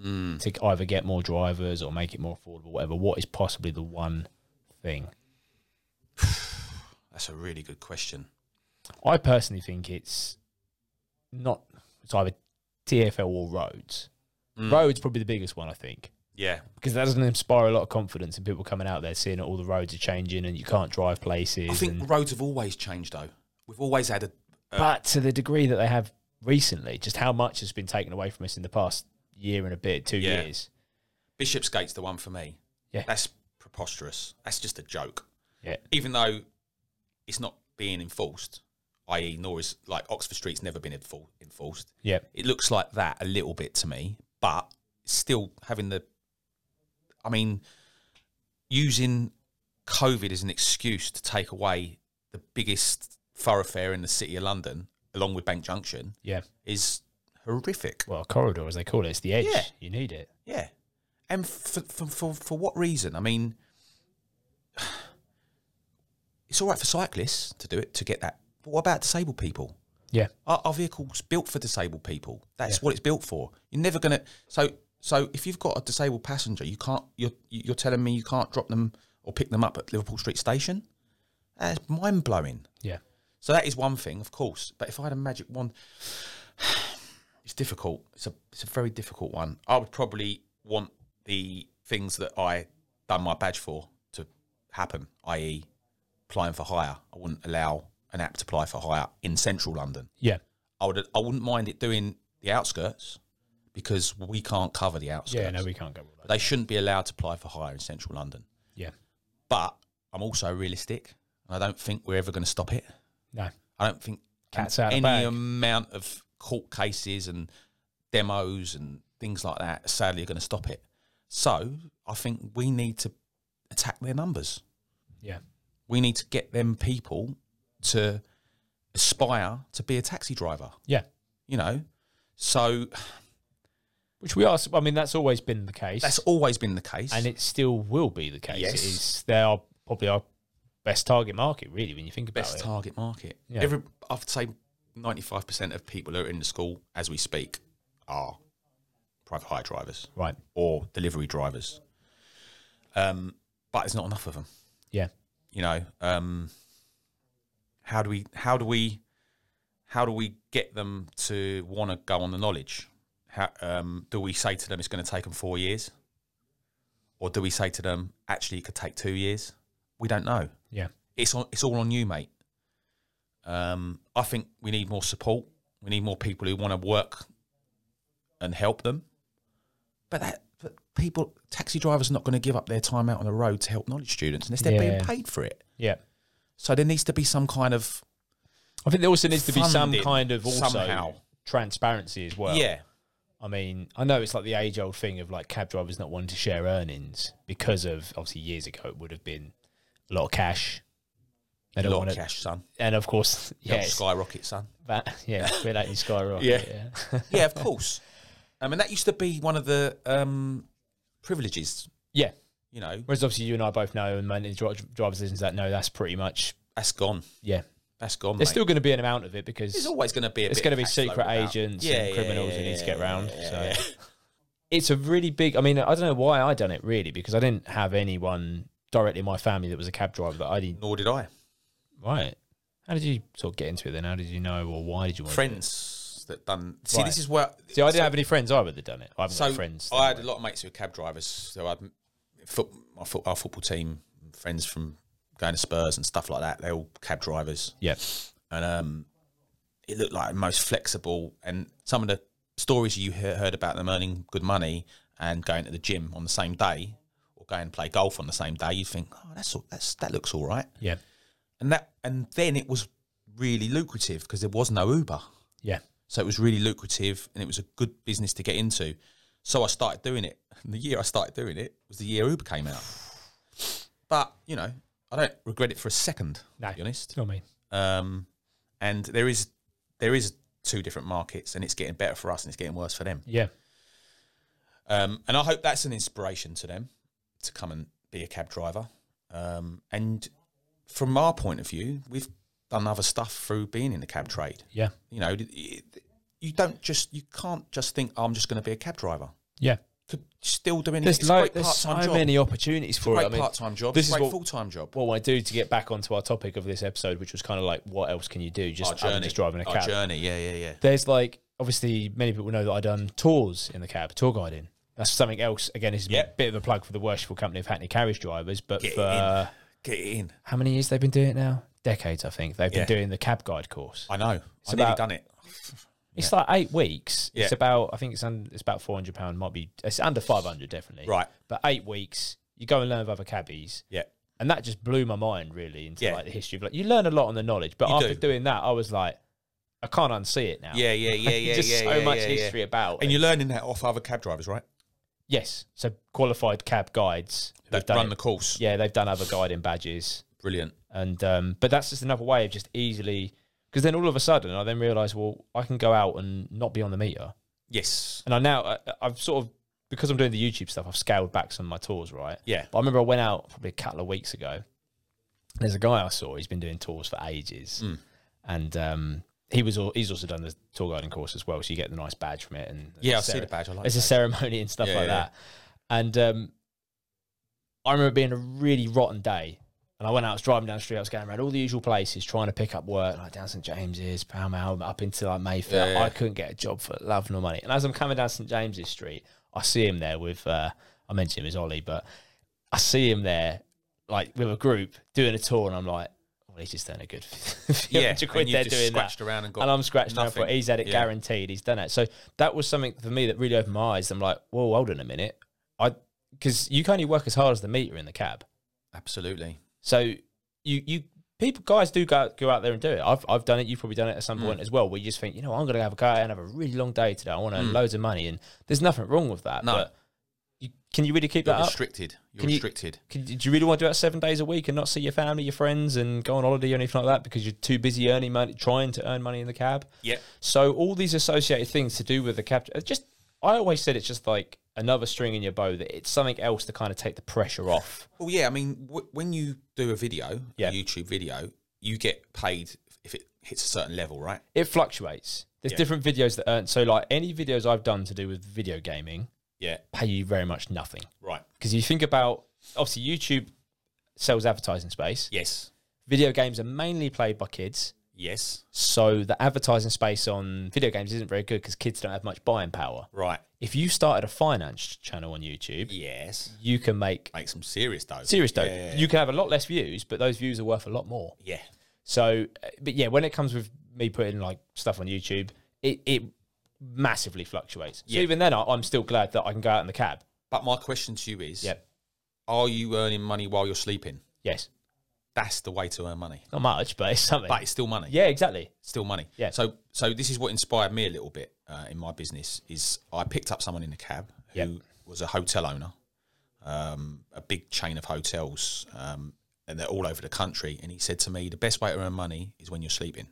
S2: Mm.
S3: to either get more drivers or make it more affordable, whatever, what is possibly the one thing?
S2: That's a really good question.
S3: I personally think it's not, it's either TFL or roads.
S2: Mm.
S3: Roads probably the biggest one, I think.
S2: Yeah.
S3: Because that doesn't inspire a lot of confidence in people coming out there seeing that all the roads are changing and you can't drive places.
S2: I think
S3: and-
S2: roads have always changed, though. We've always had a.
S3: but to the degree that they have recently, just how much has been taken away from us in the past year and a bit, two
S2: Yeah.
S3: years.
S2: Bishopsgate's the one for me.
S3: Yeah.
S2: That's preposterous. That's just a joke.
S3: Yeah.
S2: Even though it's not being enforced, i.e., nor is like Oxford Street's never been enfor- enforced.
S3: Yeah.
S2: it looks like that a little bit to me, but still having the, I mean, using COVID as an excuse to take away the biggest thoroughfare in the city of London, along with Bank Junction,
S3: Yeah.
S2: is horrific.
S3: Well, corridor, as they call it, it's the edge.
S2: Yeah.
S3: You need it.
S2: Yeah, and for for for, for what reason? I mean, it's all right for cyclists to do it to get that, but what about disabled people?
S3: Yeah.
S2: our, our vehicle's built for disabled people. That's what it's built for. You're never gonna. So so if you've got a disabled passenger, you can't. You're you're telling me you can't drop them or pick them up at Liverpool Street Station. That's mind blowing.
S3: Yeah.
S2: So that is one thing, of course. But if I had a magic wand, it's difficult. It's a it's a very difficult one. I would probably want the things that I done my badge for to happen, i.e., applying for hire. I wouldn't allow an app to apply for hire in central London.
S3: Yeah.
S2: I would I wouldn't mind it doing the outskirts because we can't cover the outskirts.
S3: Yeah. No, we can't go all that.
S2: They shouldn't be allowed to apply for hire in central London.
S3: Yeah.
S2: But I'm also realistic and I don't think we're ever going to stop it.
S3: No.
S2: I don't think
S3: Cat's out of the
S2: any
S3: bag.
S2: amount of court cases and demos and things like that sadly are going to stop it. So I think we need to attack their numbers.
S3: Yeah.
S2: We need to get them people to aspire to be a taxi driver,
S3: Yeah.
S2: you know. So
S3: Which we are, I mean, that's always been the case.
S2: That's always been the case.
S3: and it still will be the case.
S2: Yes.
S3: It is, they are probably our best target market, really, when you think about
S2: best
S3: it.
S2: target market.
S3: Oh, Yeah.
S2: Every I'd say ninety five percent of people who are in the school as we speak are private hire drivers
S3: right.
S2: or delivery drivers. Um, but there's not enough of them.
S3: Yeah.
S2: You know, um, how do we how do we how do we get them to want to go on the knowledge? How, um, do we say to them it's going to take them four years, or do we say to them actually it could take two years? We don't know.
S3: Yeah.
S2: it's on, it's all on you, mate. Um, I think we need more support. We need more people who want to work and help them. But that but people, taxi drivers, are not going to give up their time out on the road to help knowledge students unless they're being
S3: Yeah.
S2: paid for it.
S3: Yeah.
S2: So there needs to be some kind of
S3: I think there also needs to be some
S2: Funded
S3: kind of also
S2: somehow.
S3: transparency as well.
S2: yeah,
S3: I mean, I know it's like the age old thing of like cab drivers not wanting to share earnings because of obviously years ago it would have been a lot of cash. They
S2: a
S3: don't
S2: lot
S3: want
S2: of
S3: to,
S2: cash, son.
S3: and of course,
S2: Yeah,
S3: yes,
S2: skyrocket, son.
S3: that yeah, relating skyrocket.
S2: Yeah.
S3: yeah,
S2: Yeah, of course. I mean, that used to be one of the um, privileges,
S3: yeah.
S2: you know.
S3: Whereas obviously you and I both know, and many dri- drivers listen to that know that's pretty much
S2: That's gone.
S3: Yeah.
S2: That's gone.
S3: There's
S2: mate.
S3: still going to be an amount of it because
S2: There's always going to be a
S3: it's
S2: bit
S3: going to
S2: of
S3: be
S2: cash floating
S3: secret
S2: about.
S3: agents
S2: Yeah,
S3: and
S2: yeah,
S3: criminals
S2: yeah,
S3: who need to
S2: yeah,
S3: get
S2: yeah,
S3: round.
S2: yeah,
S3: so
S2: yeah.
S3: it's a really big. I mean, I don't know why I done it really because I didn't have anyone directly in my family that was a cab driver that I didn't.
S2: Nor did I.
S3: Right. How did you sort of get into it then? How did you know or why did you want
S2: Friends that done. See,
S3: Right.
S2: this is where.
S3: to? See, I didn't have any friends either that done it. I haven't
S2: so
S3: got friends.
S2: I had a lot of mates who were cab drivers. So I had foot, my foot, our football team friends from going to Spurs and stuff like that. They're all cab drivers,
S3: yeah.
S2: and um, it looked like the most flexible. And some of the stories you he- heard about them earning good money and going to the gym on the same day or going and play golf on the same day, you think, oh, that's all, that's that looks all right.
S3: Yeah.
S2: And that and then it was really lucrative because there was no Uber.
S3: Yeah.
S2: So it was really lucrative and it was a good business to get into. So I started doing it. And the year I started doing it was the year Uber came out. But, you know, I don't regret it for a second,
S3: No.
S2: to be honest.
S3: not me.
S2: Um, and there is there is two different markets and it's getting better for us and it's getting worse for them.
S3: Yeah.
S2: Um, and I hope that's an inspiration to them to come and be a cab driver. Um, and from our point of view, we've done other stuff through being in the cab trade
S3: Yeah.
S2: you know, it- you don't just you can't just think "Oh, I'm just going to be a cab driver.
S3: Yeah.
S2: Could still do anything.
S3: There's
S2: it's a
S3: like
S2: great
S3: there's so
S2: part-time job.
S3: many opportunities for
S2: great
S3: it. I mean,
S2: part-time job.
S3: this
S2: This
S3: is
S2: great
S3: what-
S2: full-time job.
S3: what I do to get back onto our topic of this episode, which was kind of like, what else can you do? Just, other than just driving a
S2: Our
S3: cab.
S2: journey. Yeah, yeah, yeah.
S3: there's like obviously many people know that I done tours in the cab, tour guiding. That's something else. Again, this is a
S2: Yep.
S3: bit of a plug for the worshipful company of Hackney Carriage Drivers, but
S2: Get
S3: for
S2: in. Get it in.
S3: how many years they've been doing it now? Decades, I think. They've
S2: Yeah.
S3: been doing the cab guide course.
S2: I know.
S3: It's
S2: I've nearly
S3: about-
S2: done it.
S3: It's like eight weeks. It's
S2: Yeah.
S3: about I think it's un, it's about four hundred pound. Might be it's under five hundred definitely.
S2: Right.
S3: but eight weeks. You go and learn with other cabbies.
S2: Yeah.
S3: and that just blew my mind really into
S2: Yeah.
S3: like the history of like you learn a lot on the knowledge but
S2: You
S3: after
S2: do.
S3: doing that i was like i can't unsee it now
S2: Yeah, yeah, yeah, yeah,
S3: just
S2: yeah,
S3: so
S2: yeah,
S3: much
S2: yeah, yeah.
S3: history about
S2: And
S3: it.
S2: you're learning that off other cab drivers, right?
S3: yes so qualified cab guides they've
S2: That
S3: done
S2: run
S3: it.
S2: the course.
S3: yeah they've done other guiding badges
S2: Brilliant.
S3: and um but that's just another way of just easily because then all of a sudden i then realized well i can go out and not be on the meter
S2: Yes.
S3: and i now I, i've sort of because i'm doing the youtube stuff i've scaled back some of my tours right
S2: Yeah.
S3: But I remember I went out probably a couple of weeks ago. There's a guy I saw. He's been doing tours for ages,
S2: Hmm.
S3: and um, he was al- he's also done the tour guiding course as well. So you get the nice badge from it, and
S2: Yeah, I
S3: there's a
S2: see the
S3: cere-
S2: badge. I like
S3: There's a
S2: that.
S3: ceremony and stuff
S2: Yeah,
S3: like
S2: yeah,
S3: that. And um, I remember it being a really rotten day, and I went out. I was driving down the street. I was going around all the usual places trying to pick up work, like down St James's, Pall Mall, up into like Mayfair.
S2: Yeah, yeah.
S3: I couldn't get a job for love nor money. And as I'm coming down St James's Street, I see him there with uh, I mentioned him as Ollie, but I see him there, like with a group doing a tour, and I'm like, well, he's just done a good
S2: Yeah,
S3: 300 quid
S2: and you've
S3: there
S2: just
S3: doing that.
S2: scratched around and got
S3: I'm scratched around for it.
S2: nothing.
S3: He's had it
S2: Yeah.
S3: guaranteed. He's done it. So that was something for me that really opened my eyes. I'm like, whoa, hold on a minute. I Because you can only work as hard as the meter in the cab.
S2: Absolutely.
S3: So you, you, people, guys do go, go out there and do it. I've, I've done it. You've probably done it at
S2: Mm.
S3: some point as well, where you just think, you know, I'm going to have a go out and have a really long day today. I want to earn loads of money. And there's nothing wrong with that.
S2: Mm. No.
S3: But you, can you really keep
S2: You're
S3: that up?
S2: restricted. You're
S3: Can you-
S2: restricted.
S3: Can, do you really want to do that seven days a week and not see your family, your friends, and go on holiday or anything like that because you're too busy earning money, trying to earn money in the cab?
S2: Yep.
S3: So all these associated things to do with the cab, it just I always said it's just like another string in your bow that it's something else to kind of take the pressure off.
S2: Well, yeah, I mean, w- when you do a video,
S3: Yeah.
S2: a YouTube video, you get paid if it hits a certain level, right?
S3: It fluctuates. There's different videos that earn. So like any videos I've done to do with video gaming
S2: Yeah,
S3: pay you very much nothing
S2: right.
S3: because you think about obviously YouTube sells advertising space.
S2: Yes,
S3: Video games are mainly played by kids.
S2: yes,
S3: So the advertising space on video games isn't very good because kids don't have much buying power.
S2: right.
S3: If you started a finance channel on YouTube,
S2: Yes,
S3: you can make
S2: make some serious dough.
S3: serious though.
S2: Yeah, yeah,
S3: You can have a lot less views, but those views are worth a lot more.
S2: yeah.
S3: So, uh, but yeah, when it comes with me putting like stuff on YouTube, it, it massively fluctuates. So
S2: Yeah.
S3: even then, I, I'm still glad that I can go out in the cab.
S2: But my question to you is:
S3: Yep.
S2: Are you earning money while you're sleeping?
S3: Yes,
S2: That's the way to earn money,
S3: not much, but it's something.
S2: but it's still money.
S3: yeah, exactly.
S2: still money.
S3: Yeah.
S2: So so this is what inspired me a little bit uh, in my business is I picked up someone in a cab who
S3: Yep.
S2: was a hotel owner, um, a big chain of hotels, um, and they're all over the country. And he said to me, the best way to earn money is when you're sleeping.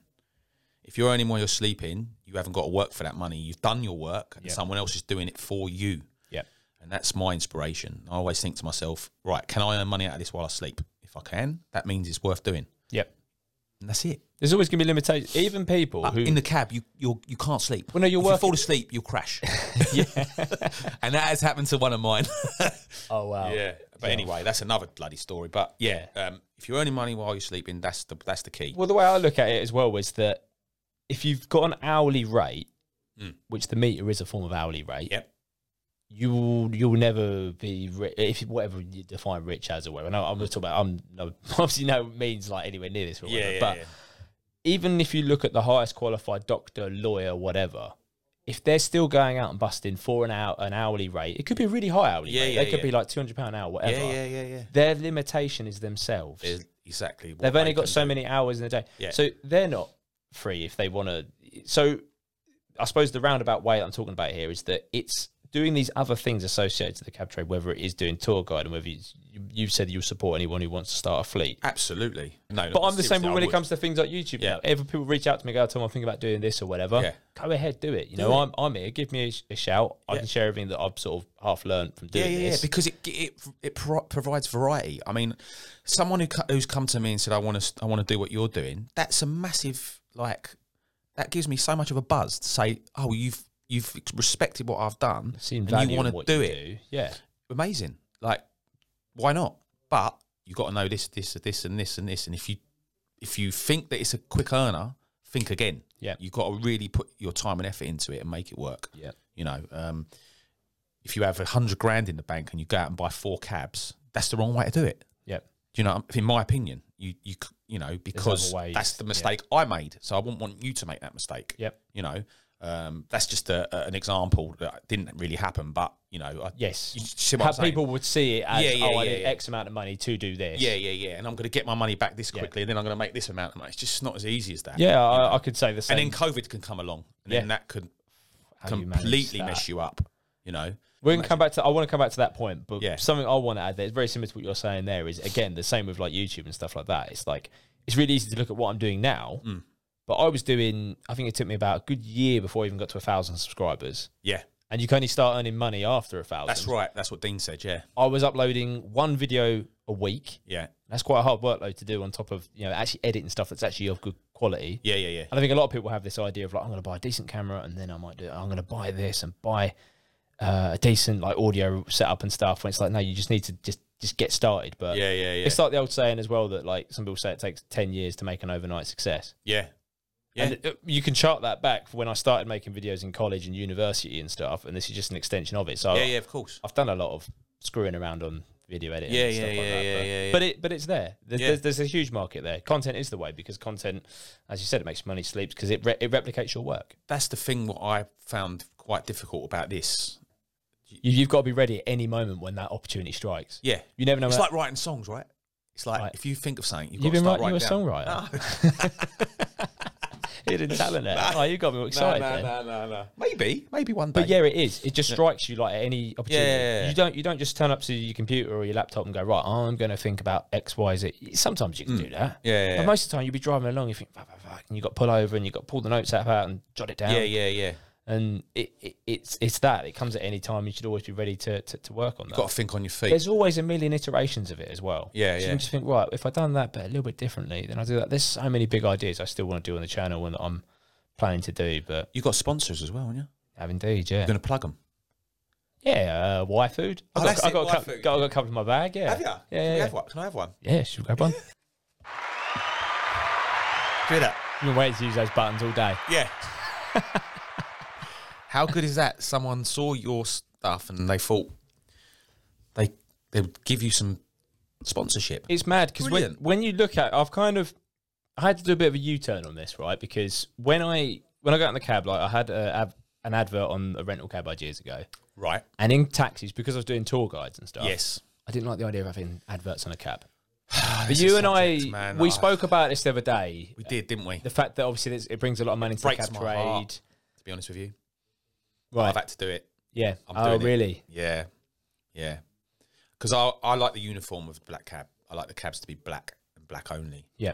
S2: If you're earning while you're sleeping, you haven't got to work for that money. You've done your work, and
S3: Yep.
S2: someone else is doing it for you.
S3: Yeah,
S2: And that's my inspiration. I always think to myself, right, can I earn money out of this while I sleep? If I can, that means it's worth doing
S3: yep,
S2: And that's it.
S3: There's always going to be limitations. Even people
S2: Uh,
S3: who
S2: in the cab, you you're, you can't sleep.
S3: Well, no, you're
S2: if
S3: working-
S2: you fall asleep, you'll crash. and that has happened to one of mine.
S3: oh wow
S2: yeah, but anyway, that's another bloody story. But yeah, um, if you're earning money while you're sleeping, that's the that's the key.
S3: Well, the way I look at it as well was that if you've got an hourly rate,
S2: Hmm.
S3: which the meter is a form of hourly rate,
S2: Yep.
S3: you'll you'll never be ri if you- whatever you define rich as or whatever. No, I'm not talking about. I'm no obviously no means like anywhere near this. Or whatever, but even if you look at the highest qualified doctor, lawyer, whatever. If they're still going out and busting for an hour, an hourly rate, it could be a really high hourly
S2: Yeah,
S3: rate.
S2: yeah,
S3: they could
S2: yeah.
S3: be like two hundred pound an hour, whatever.
S2: yeah, yeah, yeah, yeah.
S3: Their limitation is themselves.
S2: Is exactly. What
S3: They've only
S2: they
S3: got
S2: can
S3: so
S2: do.
S3: many hours in a day.
S2: Yeah.
S3: So they're not free if they want to. So I suppose the roundabout way that I'm talking about here is that it's doing these other things associated to the cab trade, whether it is doing tour guide and whether it's, you, you've said you'll support anyone who wants to start a fleet.
S2: Absolutely. No,
S3: But I'm the same
S2: seriously, I
S3: when it
S2: would.
S3: comes to things like YouTube.
S2: Yeah.
S3: Now. Ever people reach out to me, go, Tom, I'm thinking about doing this or whatever.
S2: Yeah.
S3: Go ahead, do it. You know, I'm, I'm here. Give me a, sh- a shout. I
S2: Yeah.
S3: can share everything that I've sort of half learned from doing
S2: Yeah, yeah, yeah,
S3: this.
S2: because it it it pro- provides variety. I mean, someone who co- who's come to me and said, "I want to I want to do what you're doing," that's a massive like that gives me so much of a buzz to say, "Oh, you've you've respected what I've done,
S3: Seeing
S2: and
S3: value
S2: you
S3: in
S2: want to
S3: what
S2: do
S3: you
S2: it."
S3: Yeah.
S2: Amazing. Like, why not? But you got to know this, this, this, and this, and this. And if you if you think that it's a quick earner, think again.
S3: Yeah.
S2: you got to really put your time and effort into it and make it work
S3: Yeah.
S2: you know um, if you have a hundred grand in the bank and you go out and buy four cabs that's the wrong way to do it
S3: Yeah.
S2: Do you know in my opinion you you c- you know because
S3: ways,
S2: that's the
S3: yeah.
S2: mistake i made so i wouldn't want you to make that mistake
S3: Yep.
S2: you know um, that's just a, a- an example that didn't really happen but you know I,
S3: Yes.
S2: you see what
S3: how
S2: I'm saying?
S3: people would see it as
S2: Yeah, yeah,
S3: oh, I
S2: yeah,
S3: need
S2: yeah.
S3: X amount of money to do this.
S2: yeah yeah yeah and i'm going to get my money back this quickly and then i'm going to make this amount of money it's just not as easy as that
S3: yeah. I, I could say the
S2: and
S3: same.
S2: then covid can come along and
S3: Yeah.
S2: then that could
S3: How do you manage
S2: completely
S3: that?
S2: mess you up you know
S3: We're gonna come back to. I want to come back to that point, but
S2: Yeah.
S3: something I want to add that's very similar to what you're saying there is again the same with like YouTube and stuff like that. It's like it's really easy to look at what I'm doing now,
S2: Mm.
S3: but I was doing. I think it took me about a good year before I even got to a thousand subscribers,
S2: yeah
S3: and you can only start earning money after a thousand.
S2: that's right that's what dean said yeah
S3: I was uploading one video a week.
S2: yeah
S3: That's quite a hard workload to do on top of you know actually editing stuff that's actually of good quality.
S2: Yeah, yeah, yeah.
S3: And I think a lot of people have this idea of like, I'm going to buy a decent camera and then I might do, I'm going to buy this and buy uh, a decent like audio setup and stuff. When it's like, no, you just need to just just get started. But
S2: Yeah, yeah, yeah.
S3: Uh, it's like the old saying as well that like some people say it takes ten years to make an overnight success.
S2: yeah. Yeah.
S3: And uh, you can chart that back for when I started making videos in college and university and stuff. And this is just an extension of it. So
S2: yeah, yeah, of course.
S3: I've done a lot of screwing around on video editing.
S2: Yeah,
S3: and
S2: yeah,
S3: stuff like
S2: yeah,
S3: that,
S2: yeah,
S3: but,
S2: yeah, yeah.
S3: But it, but it's there. There's,
S2: Yeah.
S3: there's, there's a huge market there. Content is the way because content, as you said, it makes money, sleeps because it re- it replicates your work.
S2: That's the thing what I found quite difficult about this.
S3: You, you've got to be ready at any moment when that opportunity strikes.
S2: Yeah.
S3: You never know.
S2: It's
S3: when-
S2: like writing songs, right? It's like
S3: Right.
S2: if you think of something, you've,
S3: you've
S2: got
S3: been
S2: to start
S3: writing. You're a
S2: writing it down.
S3: songwriter. Hidden talent there. Oh, you got me excited. then.
S2: no, no, no. Maybe, maybe one day.
S3: But yeah, it is. It just strikes you like at any opportunity.
S2: Yeah, yeah, yeah.
S3: You don't you don't just turn up to your computer or your laptop and go right. I'm going to think about X, Y, Z. Sometimes you can do that.
S2: Mm. Yeah, yeah,
S3: But
S2: yeah.
S3: most of the time, you'd be driving along. You think, "Fuck, fuck, fuck," and you got to pull over and you got to pull the notes app out and jot it down.
S2: yeah, yeah, yeah.
S3: And it, it, it's it's that. It comes at any time. You should always be ready to to, to work on that.
S2: You've got to think on your feet.
S3: There's always a million iterations of it as well.
S2: Yeah,
S3: so You
S2: yeah.
S3: can just think, right, if I done that but a little bit differently, then I do that. There's so many big ideas I still want to do on the channel and that I'm planning to do, but
S2: You've got sponsors as well, haven't you?
S3: have indeed, yeah.
S2: You're going to plug them.
S3: Yeah, uh, Y food. I
S2: Oh,
S3: got,
S2: that's
S3: I
S2: it,
S3: got, a
S2: Y
S3: couple,
S2: food.
S3: got, I got a couple in my bag. Yeah, yeah, yeah. yeah.
S2: one? Can I have one?
S3: Yeah, should we grab one?
S2: Do that.
S3: I've been waiting to use those buttons all day.
S2: Yeah. How good is that? Someone saw your stuff and they thought they they would give you some sponsorship.
S3: It's mad because when,
S2: Brilliant.
S3: when you look at, I've kind of, I had to do a bit of a U turn on this, right? Because when I when I got in the cab, like I had a, av- an advert on a rental cab like years ago,
S2: Right.
S3: and in taxis because I was doing tour guides and stuff.
S2: Yes.
S3: I didn't like the idea of having adverts on a cab. But you and I,
S2: man, Ah.
S3: we
S2: that I-
S3: spoke about this the other day.
S2: We did, didn't we?
S3: The fact that obviously this, it brings a lot of money into the
S2: breaks
S3: cab
S2: my heart.
S3: trade,
S2: to be honest with you.
S3: right?
S2: I've had to do it.
S3: yeah.
S2: I'm
S3: Oh,
S2: doing it.
S3: really?
S2: Yeah. Yeah. Because I, I like the uniform of the black cab. I like the cabs to be black and black only.
S3: Yeah.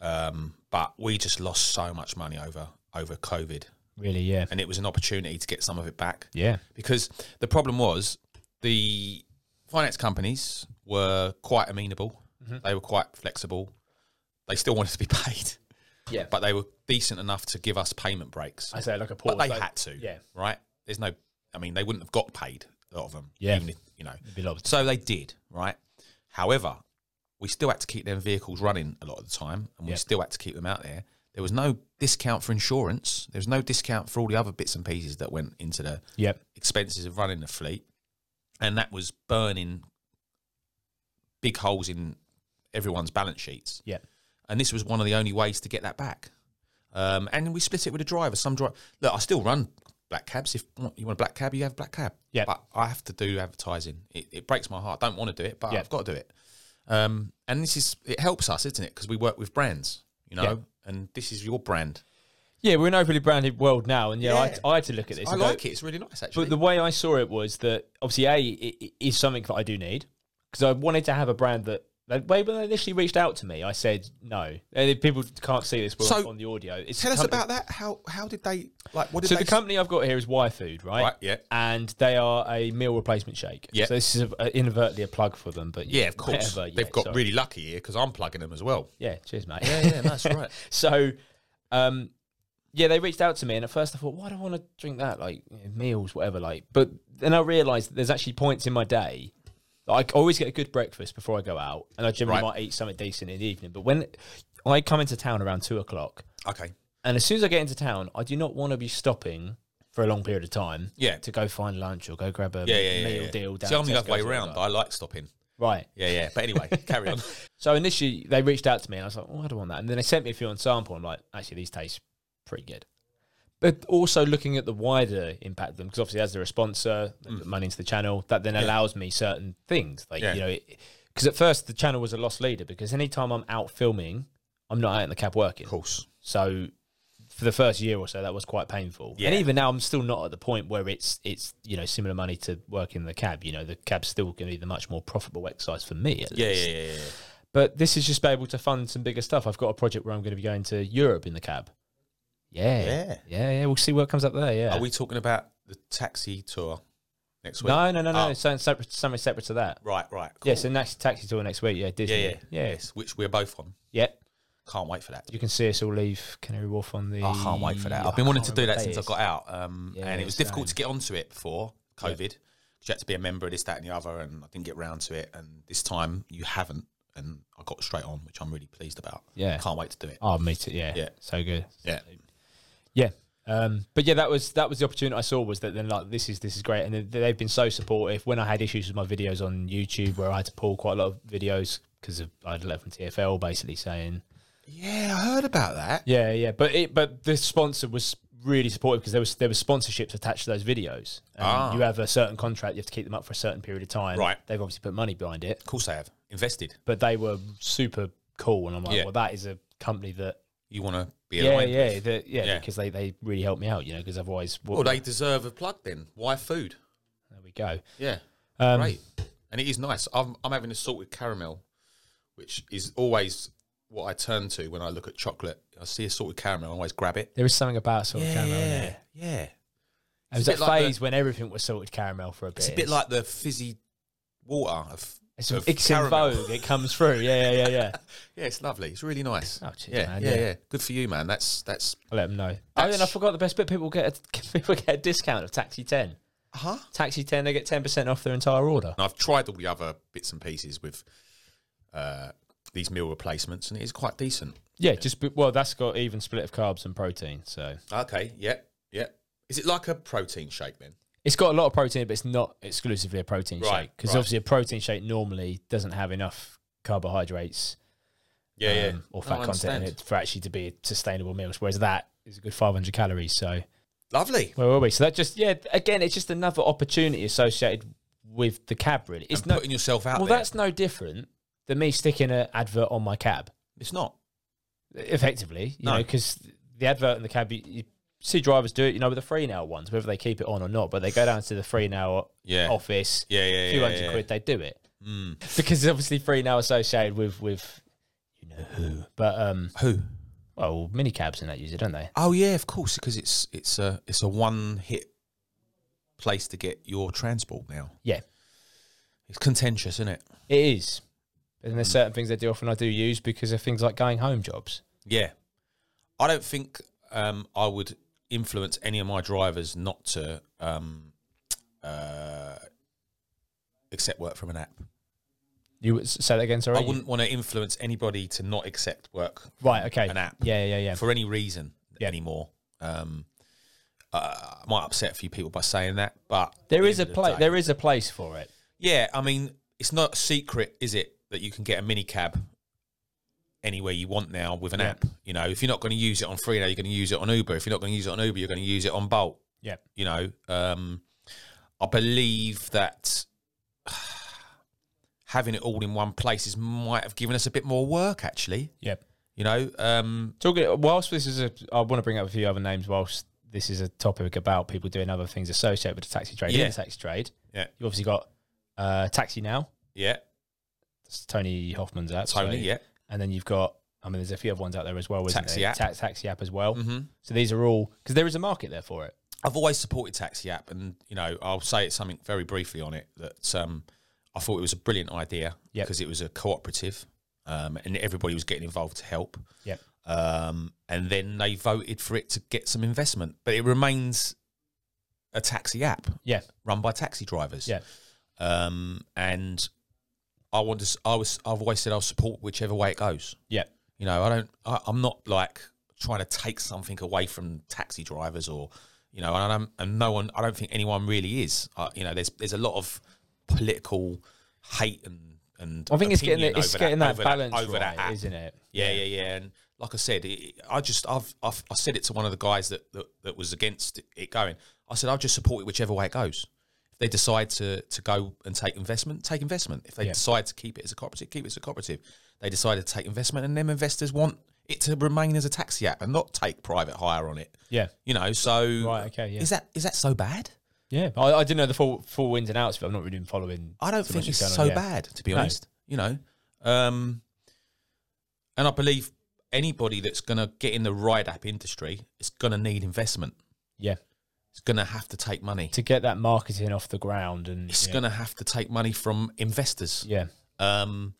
S2: Um, but we just lost so much money over over COVID.
S3: Really? Yeah.
S2: And it was an opportunity to get some of it back.
S3: Yeah.
S2: Because the problem was the finance Mm-hmm. companies were quite amenable. They were quite flexible. They still wanted to be paid.
S3: Yeah.
S2: but they were decent enough to give us payment breaks.
S3: I say like a pause.
S2: But they
S3: like-
S2: had to.
S3: Yeah.
S2: Right? There's no, I mean, they wouldn't have got paid, a lot of them.
S3: Yeah.
S2: Even if, you know.
S3: be lobbed.
S2: So they did, right? However, we still had to keep them vehicles running a lot of the time and we
S3: Yeah.
S2: still had to keep them out there. There was no discount for insurance. There was no discount for all the other bits and pieces that went into the
S3: Yep.
S2: expenses of running the fleet. And that was burning big holes in everyone's balance sheets
S3: Yep.
S2: and this was one of the only ways to get that back. Um, and we split it with a driver. Some driver, look, I still run black cabs. If you want a black cab, you have a black cab.
S3: Yeah.
S2: but I have to do advertising. It, it breaks my heart. I don't want to do it, but
S3: Yeah.
S2: I've got to do it. Um, and this is it helps us, isn't it? Because we work with brands, you know.
S3: Yeah.
S2: And this is your brand.
S3: Yeah, we're in an overly branded world now, and yeah,
S2: Yeah.
S3: I, I had to look at this.
S2: I
S3: and go-
S2: like it. It's really nice, actually.
S3: But the way I saw it was that obviously a it, it is something that I do need because I wanted to have a brand that. that- When they initially reached out to me, I said no. And if people can't see this we're
S2: So,
S3: on the audio, it's
S2: Tell
S3: a
S2: us
S3: company-
S2: about that. How how did they like? What did
S3: So
S2: they?
S3: the company I've got here is Y Food, right?
S2: Right, yeah.
S3: And they are a meal replacement shake.
S2: Yeah.
S3: So this is a, inadvertently a plug for them, but
S2: yeah, of course.
S3: whatever, yeah,
S2: They've got
S3: sorry.
S2: really lucky here because I'm plugging them as well.
S3: yeah. Cheers, mate.
S2: yeah, that's right.
S3: So, um, yeah, they reached out to me, and at first I thought, why do I want to drink that? Like you know, meals, whatever. Like, but then I realised that there's actually points in my day. that I always get a good breakfast before I go out, and I generally
S2: Right.
S3: might eat something decent in the evening. But when I come into town around two o'clock,
S2: Okay.
S3: and as soon as I get into town, I do not want to be stopping for a long period of time.
S2: Yeah.
S3: To go find lunch or go grab a
S2: Yeah, yeah, yeah.
S3: meal
S2: yeah.
S3: deal. Down
S2: See, I'm
S3: at
S2: the other
S3: Tesco's
S2: way
S3: or
S2: round.
S3: whatever.
S2: I like stopping.
S3: Right.
S2: Yeah, yeah. But anyway, carry on.
S3: So initially they reached out to me and I was like, oh, I don't want that. And then they sent me a few on sample. I'm like, actually, these taste pretty good. But also looking at the wider impact of them, because obviously as they're a sponsor, they put money into the channel, that then allows me certain things. Like,
S2: Mm. Yeah.
S3: you know, because at first the channel was a lost leader because anytime I'm out filming, I'm not out in the cab working.
S2: Of course.
S3: So for the first year or so, that was quite painful.
S2: Yeah.
S3: And even now, I'm still not at the point where it's it's you know similar money to work in the cab. You know, the cab's still going to be the much more profitable exercise for me. At
S2: Yeah,
S3: least.
S2: yeah, yeah, yeah. yeah.
S3: But this is just be able to fund some bigger stuff. I've got a project where I'm going to be going to Europe in the cab. Yeah.
S2: Yeah.
S3: Yeah, yeah. We'll see what comes up there. Yeah.
S2: Are we talking about the taxi tour next week?
S3: no, no, no, no.
S2: Oh.
S3: Something, separate, something separate to that.
S2: Right, right. Cool.
S3: Yes, yeah, so next taxi tour next week. Yeah,
S2: Yeah,
S3: Disney.
S2: yeah,
S3: yeah.
S2: Yes, which we're both on.
S3: Yeah.
S2: Can't wait for that.
S3: You can see us all leave Canary Wharf on the.
S2: I can't wait for that.
S3: I
S2: I've been wanting to
S3: can't
S2: do
S3: remember
S2: that
S3: what
S2: since
S3: day
S2: I
S3: it
S2: got out, um,
S3: Yeah,
S2: and it was
S3: same.
S2: difficult to get onto it before COVID. 'cause You had to be a member of this, that, and the other, and I didn't get round to it. And this time, you haven't, and I got straight on, which I'm really pleased about.
S3: Yeah.
S2: can't wait to do it.
S3: Oh, me too. Yeah.
S2: Yeah.
S3: So good.
S2: Yeah,
S3: Yeah. Um, but yeah, that was that was the opportunity I saw was that then like this is this is great, and they- they've been so supportive. When I had issues with my videos on YouTube, where I had to pull quite a lot of videos because of I'd left from TFL, basically saying,
S2: yeah, I heard about that.
S3: yeah, yeah. But it but the sponsor was really supportive because there was there was sponsorships attached to those videos. Um,
S2: Ah.
S3: You have a certain contract, you have to keep them up for a certain period of time.
S2: Right.
S3: They've obviously put money behind it,
S2: Of course, they have invested.
S3: but they were super cool, and I'm like,
S2: Yeah.
S3: well, that is a company that.
S2: You want to be
S3: Yeah,
S2: aligned
S3: yeah,
S2: with.
S3: that- yeah,
S2: Yeah.
S3: because they, they really helped me out, you know, because otherwise, what,
S2: Well, they deserve a plug then. Why food?
S3: there we go.
S2: Yeah,
S3: Um,
S2: great. And it is nice. I'm, I'm having a salted caramel, which is always what I turn to when I look at chocolate. I see a salted caramel, I always grab it.
S3: There is something about salted caramel in there.
S2: yeah.
S3: It was
S2: a
S3: that
S2: bit like the-
S3: phase when everything was salted caramel for a bit.
S2: It's a bit like the fizzy water of,
S3: it's,
S2: of
S3: it's in
S2: caramel.
S3: vogue. It comes through. Yeah, yeah, yeah, yeah.
S2: Yeah, it's lovely. It's really nice.
S3: Oh, cheers,
S2: yeah,
S3: man,
S2: yeah,
S3: yeah.
S2: yeah, Good for you, man. That's that's.
S3: I'll let them know. Oh,
S2: That's-
S3: and I forgot the best bit. People get a, people get a discount of Taxi Ten.
S2: Huh?
S3: Taxi Ten, they get ten percent off their entire order.
S2: And I've tried all the other bits and pieces with uh, these meal replacements, and it is quite decent.
S3: Yeah, just be- well, that's got even split of carbs and protein. So
S2: Okay. Yeah. Yeah. Is it like a protein shake then?
S3: it's got a lot of protein, but it's not exclusively a protein
S2: Right,
S3: shake because
S2: right.
S3: obviously a protein shake normally doesn't have enough carbohydrates
S2: Yeah, yeah.
S3: um, or
S2: No,
S3: fat
S2: I
S3: content in
S2: understand.
S3: it for actually to be a sustainable meal. Whereas that is a good five hundred calories. So
S2: Lovely.
S3: Where were we? So that just yeah, again, it's just another opportunity associated with the cab. Really, it's
S2: and
S3: no
S2: putting yourself out
S3: well,
S2: there.
S3: that's no different than me sticking an advert on my cab.
S2: It's not.
S3: Effectively, you
S2: No.
S3: know, because the advert and the cab, you, you see drivers do it. You know, with the free now ones, whether they keep it on or not, but they go down to the free now
S2: Yeah.
S3: office,
S2: Yeah, yeah,
S3: a
S2: yeah.
S3: few hundred
S2: yeah.
S3: quid, they do it
S2: Mm.
S3: because obviously free now associated with with you know who, but um,
S2: Who?
S3: well, mini cabs and that usually don't they?
S2: Oh yeah, of course, because it's it's a it's a one hit place to get your transport now.
S3: Yeah,
S2: It's contentious, isn't it?
S3: it is. And there's certain things they do often I do use because of things like going home jobs.
S2: Yeah. I don't think um, I would influence any of my drivers not to um, uh, accept work from an app.
S3: You would- say that again, sorry.
S2: I wouldn't want to influence anybody to not accept work
S3: Right. Okay.
S2: an app.
S3: Yeah. Yeah. Yeah.
S2: for any reason
S3: Yeah.
S2: anymore. Um, uh, I might upset a few people by saying that, but
S3: There
S2: at
S3: is
S2: the
S3: a
S2: end of the
S3: place.
S2: day-
S3: There is a place for it.
S2: Yeah, I mean, it's not a secret, is it, that you can get a mini cab anywhere you want now with an
S3: Yeah.
S2: app. You know, if you're not going to use it on Freenow, you're going to use it on Uber. If you're not going to use it on Uber, you're going to use it on Bolt.
S3: Yeah.
S2: You know, um, I believe that having it all in one place is might have given us a bit more work, actually.
S3: Yeah.
S2: You know, um,
S3: Talking. Whilst this is a, I want to bring up a few other names. Whilst this is a topic about people doing other things associated with the taxi trade.
S2: Yeah.
S3: In the taxi trade.
S2: Yeah.
S3: You obviously got uh, Taxi Now.
S2: yeah,
S3: That's Tony Hoffman's app. so-
S2: Tony, yeah,
S3: And then you've got. I mean, there's a few other ones out there as well. Isn't
S2: Taxi
S3: there?
S2: app.
S3: Ta- taxi app as well.
S2: mm-hmm.
S3: So these are all because there is a market there for it.
S2: I've always supported Taxi App, and you know, I'll say it's something very briefly on it that um, I thought it was a brilliant idea
S3: Yep.
S2: because it was a cooperative, um, and everybody was getting involved to help.
S3: Yep.
S2: Um, and then they voted for it to get some investment, but it remains a taxi app
S3: Yeah.
S2: run by taxi drivers.
S3: Yeah.
S2: Um, and I want to. s- I was. I've always said I'll support whichever way it goes.
S3: Yeah.
S2: You know, I don't. I, I'm not like trying to take something away from taxi drivers or, you know, and, I'm, and no one. I don't think anyone really is. Uh, you know, there's there's a lot of political hate and and.
S3: I think it's getting
S2: opinion
S3: it's
S2: over
S3: getting that,
S2: over
S3: balance
S2: over that
S3: right,
S2: app.
S3: isn't it?
S2: Yeah, yeah, yeah. And like I said, it, I just I've, I've I said it to one of the guys that, that that was against it going. I said I'll just support it whichever way it goes. If they decide to to go and take investment, take investment. If they
S3: Yeah.
S2: decide to keep it as a cooperative, keep it as a cooperative. They decide to take investment, and them investors want it to remain as a taxi app and not take private hire on it.
S3: Yeah.
S2: You know, so
S3: Right, okay, yeah.
S2: is that is that so bad?
S3: Yeah, I, I didn't know the full full ins and outs, but I've not really been following.
S2: I don't
S3: too
S2: think
S3: much
S2: it's
S3: going on,
S2: so
S3: yeah.
S2: bad, to be
S3: No.
S2: honest. You know, um, and I believe anybody that's going to get in the ride app industry is going to need investment.
S3: Yeah,
S2: It's going to have to take money.
S3: to get that marketing off the ground and
S2: It's
S3: yeah.
S2: going to have to take money from investors
S3: yeah,
S2: um,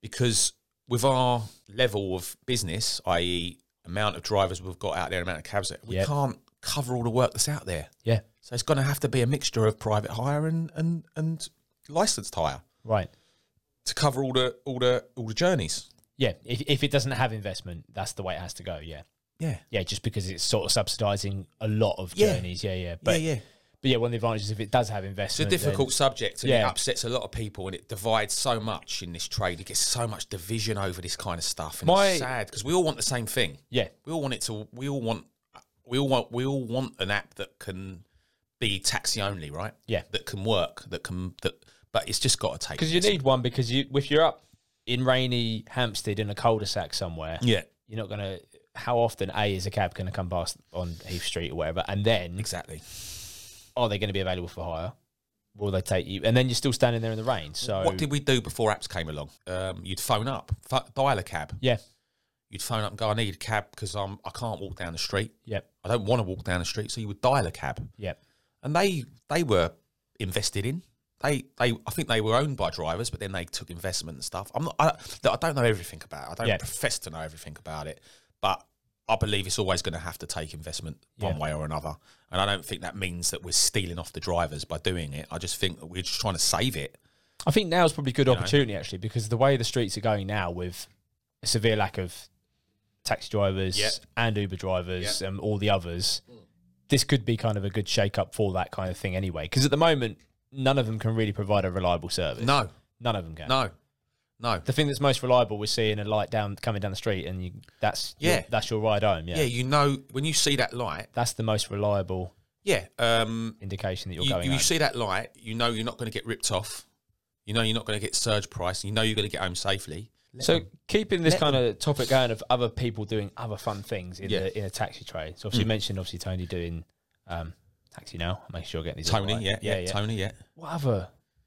S2: because with our level of business, i.e., amount of drivers we've got out there, amount of cabs, that we
S3: Yep.
S2: can't cover all the work that's out there.
S3: yeah,
S2: So it's going to have to be a mixture of private hire and and and licensed hire.
S3: right,
S2: to cover all the all the all the journeys.
S3: yeah. If if it doesn't have investment, that's the way it has to go. Yeah,
S2: Yeah.
S3: yeah, just because it's sort of subsidising a lot of
S2: Yeah.
S3: journeys. Yeah, yeah, but
S2: yeah, yeah.
S3: but yeah, one of the advantages if it does have
S2: It's a
S3: investment, then-
S2: difficult subject and it
S3: Yeah.
S2: upsets a lot of people and it divides so much in this trade. It gets so much division over this kind of stuff and
S3: My-
S2: it's sad because we all want the same thing.
S3: yeah,
S2: We all want it to we all want we all want we all want an app that can be taxi only, right?
S3: Yeah.
S2: That can work, that can that but it's just got to take
S3: because you
S2: this.
S3: need one because you if you're up in rainy Hampstead in a cul-de-sac somewhere,
S2: Yeah,
S3: you're not gonna. How often a is a cab going to come past on Heath Street or whatever, and then
S2: exactly.
S3: are they going to be available for hire? Will they take you? And then you're still standing there in the rain. So
S2: What did we do before apps came along? Um, you'd phone up, ph- dial a cab.
S3: yeah,
S2: You'd phone up and go, I need a cab because I'm I can't walk down the street.
S3: yep,
S2: I don't want to walk down the street, so you would dial a cab.
S3: yep,
S2: And they they were invested in. They they I think they were owned by drivers, but then they took investment and stuff. I'm not I, look, I don't know everything about. it. I don't
S3: Yeah.
S2: profess to know everything about it, but I believe it's always going to have to take investment one
S3: Yeah.
S2: way or another. And I don't think that means that we're stealing off the drivers by doing it. I just think that we're just trying to save it.
S3: I think now is probably a good opportunity actually because the way the streets are going now with a severe lack of taxi drivers
S2: Yeah.
S3: and Uber drivers and all the others, this could be kind of a good shake up for that kind of thing anyway. Because at the moment, none of them can really provide a reliable service.
S2: No,
S3: None of them can.
S2: no, no.
S3: The thing that's most reliable, we're seeing a light down coming down the street, and you, that's
S2: Yeah.
S3: your- that's your ride home. Yeah.
S2: Yeah, you know when you see that light.
S3: that's the most reliable
S2: Yeah, um,
S3: indication that you're
S2: you,
S3: going.
S2: you
S3: home.
S2: see that light, you know you're not going to get ripped off. You know you're not going to get surge price. You know you're going to get home safely.
S3: So keeping this kind of topic going of other people doing other fun things in
S2: Yeah. Mm.
S3: the in a taxi trade. So obviously you mentioned obviously Tony doing um, taxi now. Make sure I get these all
S2: Tony,
S3: right.
S2: yeah, yeah, Tony, yeah.
S3: What other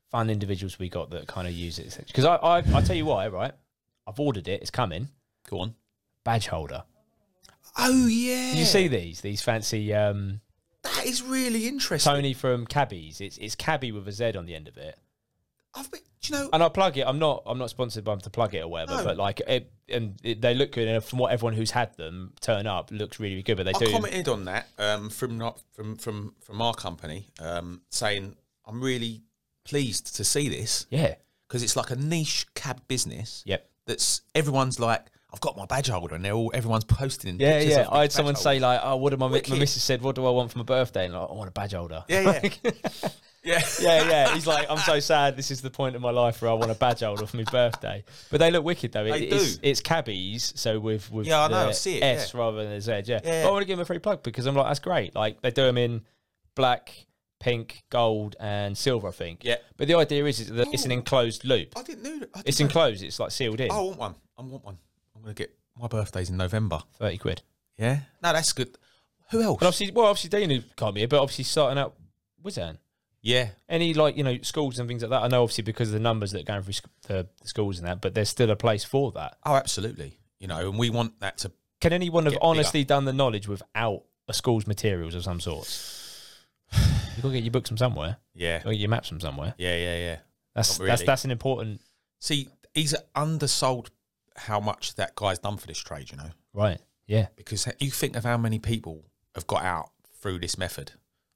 S3: fun individuals we got that kind of use it? Because I, I I tell you why, right? I've ordered it. It's coming.
S2: Go on.
S3: Badge holder.
S2: Oh yeah,
S3: Did you see these? These fancy um,
S2: that is really interesting.
S3: Tony from Cabbies. It's it's Cabby with a Z on the end of it.
S2: I've been, do you know,
S3: and I plug it. I'm not. I'm not sponsored by them to plug it or whatever.
S2: No.
S3: But like it, and it, they look good. And from what everyone who's had them turn up, looks really good. But they
S2: I
S3: do.
S2: commented on that um, from not from from from our company, um, saying I'm really pleased to see this
S3: Yeah.
S2: because it's like a niche cab business.
S3: Yep.
S2: That's everyone's like, I've got my badge holder, and they're all everyone's posting.
S3: Yeah,
S2: pictures
S3: yeah.
S2: of
S3: I had
S2: their
S3: someone
S2: badge
S3: say like, "Oh, what did my, mi- my
S2: Wicked.
S3: missus said? What do I want for my birthday?" And like, I want a badge holder.
S2: holders. yeah, yeah, yeah,
S3: yeah, yeah. He's like, I'm so sad. This is the point in my life where I want a badge holder for my birthday. But they look wicked though. It,
S2: They
S3: it's,
S2: do.
S3: It's cabbies, so with with
S2: Yeah, I know,
S3: the
S2: I see it,
S3: S rather than a Z. Yeah.
S2: Yeah.
S3: But I want to give them a free plug because I'm like, that's great. Like they do them in black, pink, gold, and silver. I think.
S2: Yeah.
S3: But the idea is, is that it's an enclosed loop.
S2: I didn't know. That. I didn't
S3: It's
S2: know.
S3: enclosed. It's like sealed in.
S2: I want one. I want one. I'm gonna get my birthday's in November.
S3: Thirty quid.
S2: Yeah, no, that's good. Who else?
S3: And obviously, well, obviously Dean who come here, but obviously starting out Wizan.
S2: yeah,
S3: any like you know schools and things like that. I know obviously because of the numbers that are going through sc- the, the schools and that, but there's still a place for that.
S2: oh, absolutely. You know, and we want that to.
S3: Can anyone have
S2: Get bigger.
S3: honestly done the knowledge without a school's materials of some sort? You gotta get your books from somewhere.
S2: Yeah,
S3: You gotta get your maps from somewhere.
S2: yeah, yeah, yeah.
S3: That's
S2: Not
S3: that's
S2: really.
S3: that's an important
S2: See, he's undersold how much that guy's done for this trade, you know,
S3: right. Yeah,
S2: because you think of how many people have got out through this method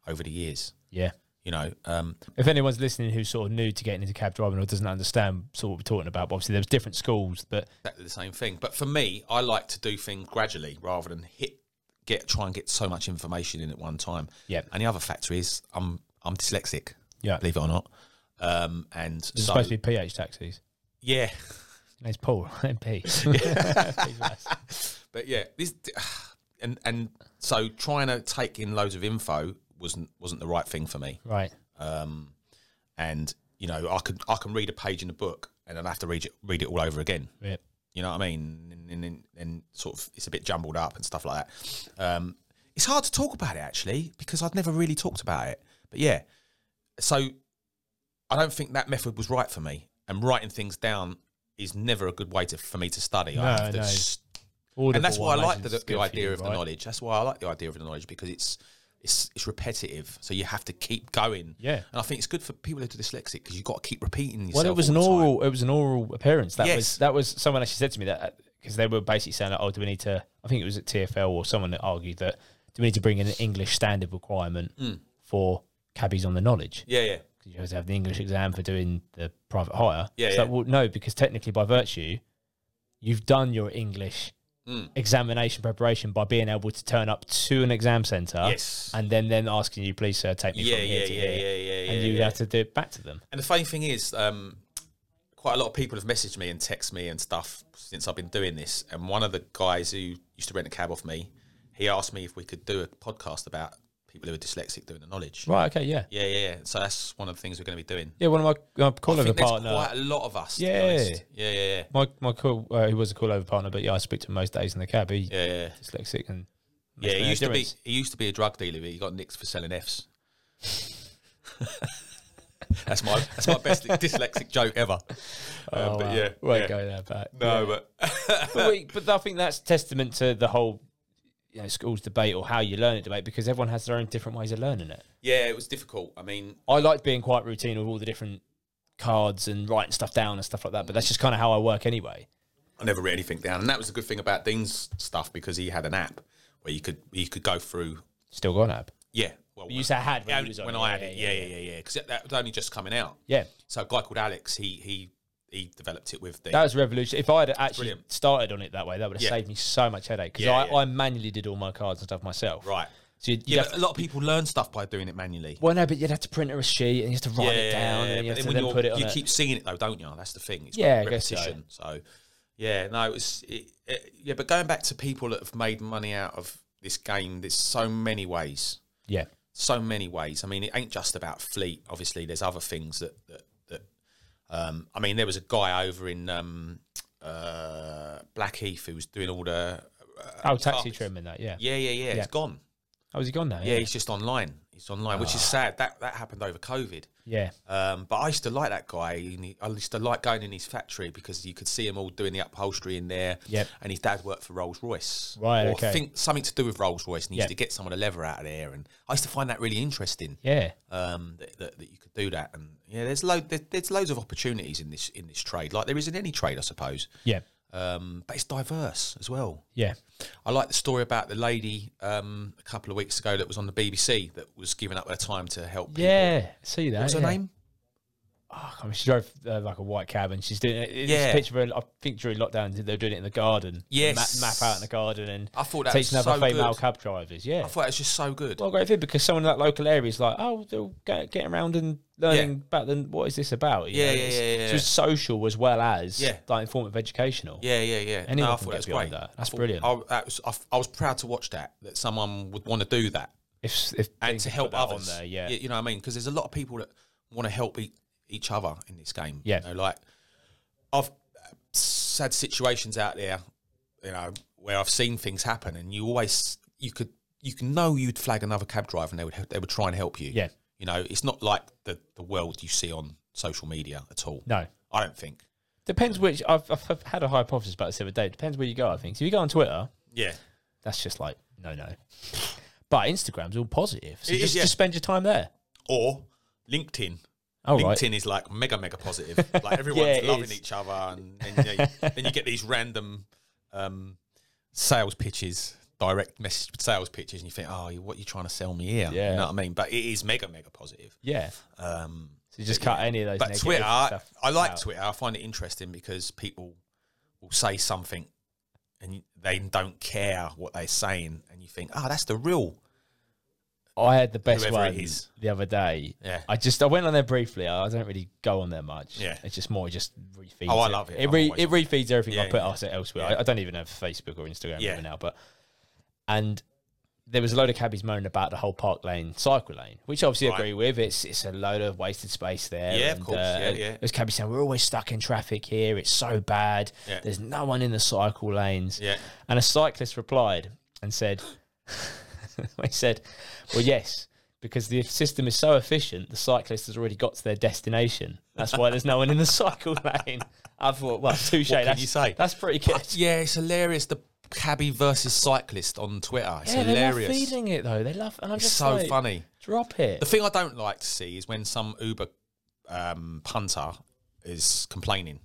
S2: over the years,
S3: yeah.
S2: you know. Um,
S3: If anyone's listening who's sort of new to getting into cab driving or doesn't understand sort of what we're talking about, but obviously there's different schools that
S2: exactly the same thing. But for me, I like to do things gradually rather than hit get try and get so much information in at one time.
S3: Yep.
S2: And the other factor is I'm I'm dyslexic,
S3: yeah,
S2: believe it or not. Um, and
S3: there's
S2: so,
S3: supposed to be PH taxis.
S2: yeah,
S3: His name's Paul MP. He's nice.
S2: but yeah, this and and so trying to take in loads of info wasn't wasn't the right thing for me.
S3: Right.
S2: um, and you know I could I can read a page in a book and I'd have to read it read it all over again.
S3: Yeah.
S2: You know what I mean? And, and- and, and sort of it's a bit jumbled up and stuff like that. Um, it's hard to talk about it actually because I'd never really talked about it. But yeah, so I don't think that method was right for me. And writing things down is never a good way to, for me to study.
S3: No,
S2: I have to
S3: no.
S2: s-
S3: Audible,
S2: and that's why I like
S3: imagine,
S2: the,
S3: is good
S2: the
S3: for
S2: idea
S3: you,
S2: of the
S3: right?
S2: knowledge. That's why I like the idea of the knowledge because it's it's it's repetitive, so you have to keep going.
S3: Yeah.
S2: and I think it's good for people who are dyslexic because you've got to keep repeating yourself.
S3: Well, it was
S2: all
S3: an
S2: the time.
S3: oral. It was an oral appearance. That was
S2: Yes.
S3: that was someone actually said to me that because they were basically saying, like, "Oh, do we need to?" I think it was at TFL or someone that argued that do we need to bring in an English standard requirement
S2: Mm.
S3: for cabbies on the knowledge?
S2: Yeah, yeah,
S3: 'Cause You have to have the English exam for doing the private hire.
S2: Yeah,
S3: It's
S2: yeah.
S3: like, well, no, because technically, by virtue, you've done your English
S2: Mm.
S3: examination preparation by being able to turn up to an exam centre.
S2: Yes.
S3: And then, then asking you, please, sir, take me
S2: yeah,
S3: from
S2: yeah,
S3: here to
S2: yeah,
S3: here.
S2: yeah, yeah, yeah.
S3: and you
S2: yeah.
S3: have to do it back to them.
S2: And the funny thing is, um, quite a lot of people have messaged me and text me and stuff since I've been doing this. And one of the guys who used to rent a cab off me, he asked me if we could do a podcast about people who are dyslexic doing the knowledge.
S3: Right. Okay. Yeah.
S2: Yeah, yeah, yeah. So that's one of the things we're going to be doing.
S3: Yeah, one of my uh,
S2: I
S3: callover
S2: think there's
S3: partner.
S2: quite a lot of us. to be
S3: Yeah.
S2: honest. yeah, yeah, yeah.
S3: My my call, uh, he was a callover partner, but yeah, I speak to him most days in the cab. He
S2: Yeah, yeah.
S3: dyslexic and
S2: Yeah,
S3: no
S2: he used
S3: difference.
S2: to be he used to be a drug dealer, but he got nicked for selling Fs. that's my that's my best dyslexic joke ever. Um,
S3: Oh,
S2: but
S3: wow.
S2: yeah,
S3: won't
S2: yeah.
S3: go there. But
S2: no, but
S3: but, we, but I think that's testament to the whole you know schools debate or how you learn it debate because everyone has their own different ways of learning it.
S2: yeah, it was difficult. I mean,
S3: I like being quite routine with all the different cards and writing stuff down and stuff like that, but that's just kind of how I work anyway.
S2: I never wrote anything down, and that was the good thing about Dean's stuff because he had an app where you could you could go through.
S3: Still got an app.
S2: Yeah, well,
S3: You said I had when,
S2: yeah,
S3: he was on
S2: when
S3: it.
S2: I had it, yeah, yeah, yeah, yeah, because that was only just coming out.
S3: yeah.
S2: So a guy called Alex, he he he developed it with Dean.
S3: That was revolution. If I had actually
S2: Brilliant.
S3: started on it that way, that would have
S2: Yeah.
S3: saved me so much headache because
S2: Yeah,
S3: I,
S2: yeah.
S3: I manually did all my cards and stuff myself.
S2: right.
S3: So you'd, you'd
S2: Yeah,
S3: have
S2: but a lot of people learn stuff by doing it manually.
S3: well, no, but you'd have to print her a sheet and you have to write it down and you
S2: but
S3: have to
S2: when
S3: then
S2: you're-
S3: put it on.
S2: You
S3: a-
S2: keep seeing it though, don't you? That's the thing. It's
S3: Yeah,
S2: yeah,
S3: I guess so.
S2: repetition. so. yeah, no, it was. It, it, yeah, but going back to people that have made money out of this game, there's so many ways.
S3: yeah,
S2: So many ways. I mean, it ain't just about fleet. Obviously, there's other things that that. that um, I mean, there was a guy over in um, uh, Blackheath who was doing all the. Uh,
S3: oh, taxi
S2: carpets.
S3: trim and that. Yeah.
S2: Yeah, yeah, yeah.
S3: Yeah.
S2: He's gone.
S3: Oh, is he gone now?
S2: Yeah, he's just online. He's It's online, which
S3: Ah.
S2: is sad. That that happened over COVID.
S3: Yeah.
S2: Um, but I used to like that guy. And he, I used to like going in his factory because you could see him all doing the upholstery in there.
S3: Yep.
S2: And his dad worked for Rolls Royce.
S3: Right,
S2: Or
S3: okay.
S2: think something to do with Rolls Royce. And he
S3: Yep.
S2: used to get some of the leather out of there. And I used to find that really interesting.
S3: Yeah.
S2: Um, that, that, that you could do that. And yeah, there's load there, there's loads of opportunities in this in this trade. Like there is in any trade, I suppose.
S3: Yeah.
S2: Um, but it's diverse as well.
S3: Yeah.
S2: I like the story about the lady um, a couple of weeks ago that was on the BBC that was giving up her time to help. people.
S3: Yeah. See that.
S2: What was her
S3: yeah.
S2: name?
S3: Oh, I mean, she drove uh, like a white cab, and she's doing it. It's
S2: Yeah.
S3: a picture of her. I think during lockdown, they were doing it in the garden.
S2: Yes.
S3: map, map out in the garden, and
S2: I thought that
S3: teaching
S2: was
S3: other
S2: so
S3: female
S2: good.
S3: cab drivers. Yeah,
S2: I thought it was just so good.
S3: well, great thing because someone in that local area is like, oh, they're getting around and learning about then what is this about? you
S2: Yeah,
S3: know,
S2: yeah,
S3: it's-
S2: yeah, yeah,
S3: So it's social as well as
S2: Yeah.
S3: like informative educational.
S2: Yeah, yeah, yeah.
S3: Anyone
S2: no, I
S3: can
S2: thought
S3: get
S2: that was
S3: behind
S2: great.
S3: that.
S2: I
S3: That's
S2: thought-
S3: brilliant.
S2: I, that was, I, f- I was proud to watch that, that someone would want to do that
S3: If if
S2: and
S3: things
S2: to
S3: put
S2: help
S3: that on
S2: others.
S3: there, yeah.
S2: You, you know what I mean? Because there's a lot of people that want to help e- each other in this game.
S3: Yeah.
S2: You know, like, I've uh, had situations out there, you know, where I've seen things happen and you always, you could, you can know you'd flag another cab driver and they would, help, they would try and help you.
S3: Yeah.
S2: You know, it's not like the, the world you see on social media at all.
S3: No,
S2: I don't think.
S3: depends which. I've, I've I've had a hypothesis about this the other day. Depends where you go. I think. So if you go on Twitter,
S2: Yeah.
S3: that's just like no, no. But Instagram's all positive. So
S2: It is,
S3: just,
S2: yeah.
S3: just spend your time there.
S2: Or LinkedIn.
S3: All right.
S2: LinkedIn is like mega mega positive. Like everyone's
S3: it
S2: loving
S3: is.
S2: each other, and then you, know, you- then you get these random um, sales pitches, direct message sales pitches, and you think, oh, what are you trying to sell me here?
S3: Yeah.
S2: You know what I mean? But it is mega mega positive.
S3: Yeah.
S2: Um,
S3: So just cut any of those.
S2: but
S3: negative
S2: Twitter,
S3: stuff
S2: I like
S3: out.
S2: Twitter. I find it interesting because people will say something and they don't care what they're saying, and you think, oh, that's the real.
S3: I had the best
S2: Whoever it
S3: one
S2: is.
S3: the other day.
S2: Yeah.
S3: I just I went on there briefly. I don't really go on there much.
S2: Yeah.
S3: It's just more just refeeds.
S2: Oh, I love it.
S3: It,
S2: I'm
S3: re-
S2: always
S3: it refeeds everything I
S2: Yeah,
S3: put
S2: yeah.
S3: out elsewhere.
S2: Yeah.
S3: I, I don't even have Facebook or Instagram
S2: Yeah.
S3: even now, but and there was a load of cabbies moaning about the whole park lane cycle lane, which I obviously
S2: Right.
S3: agree with. It's it's a load of wasted space there.
S2: Yeah, of
S3: and,
S2: course. Yeah, yeah.
S3: There's cabbies saying we're always stuck in traffic here. It's so bad.
S2: Yeah.
S3: There's no one in the cycle lanes.
S2: Yeah.
S3: And a cyclist replied and said, he said, well, yes, because the system is so efficient, the cyclist has already got to their destination. That's why there's no one in the cycle lane. I thought, well, touche.
S2: What can
S3: that's,
S2: you say?
S3: That's pretty good.
S2: Yeah, it's hilarious. The cabbie versus cyclist on Twitter. It's
S3: Yeah,
S2: hilarious.
S3: they love feeding it, though. They love, and I'm
S2: It's
S3: just
S2: so
S3: like,
S2: funny.
S3: drop it.
S2: The thing I don't like to see is when some Uber um, punter is complaining,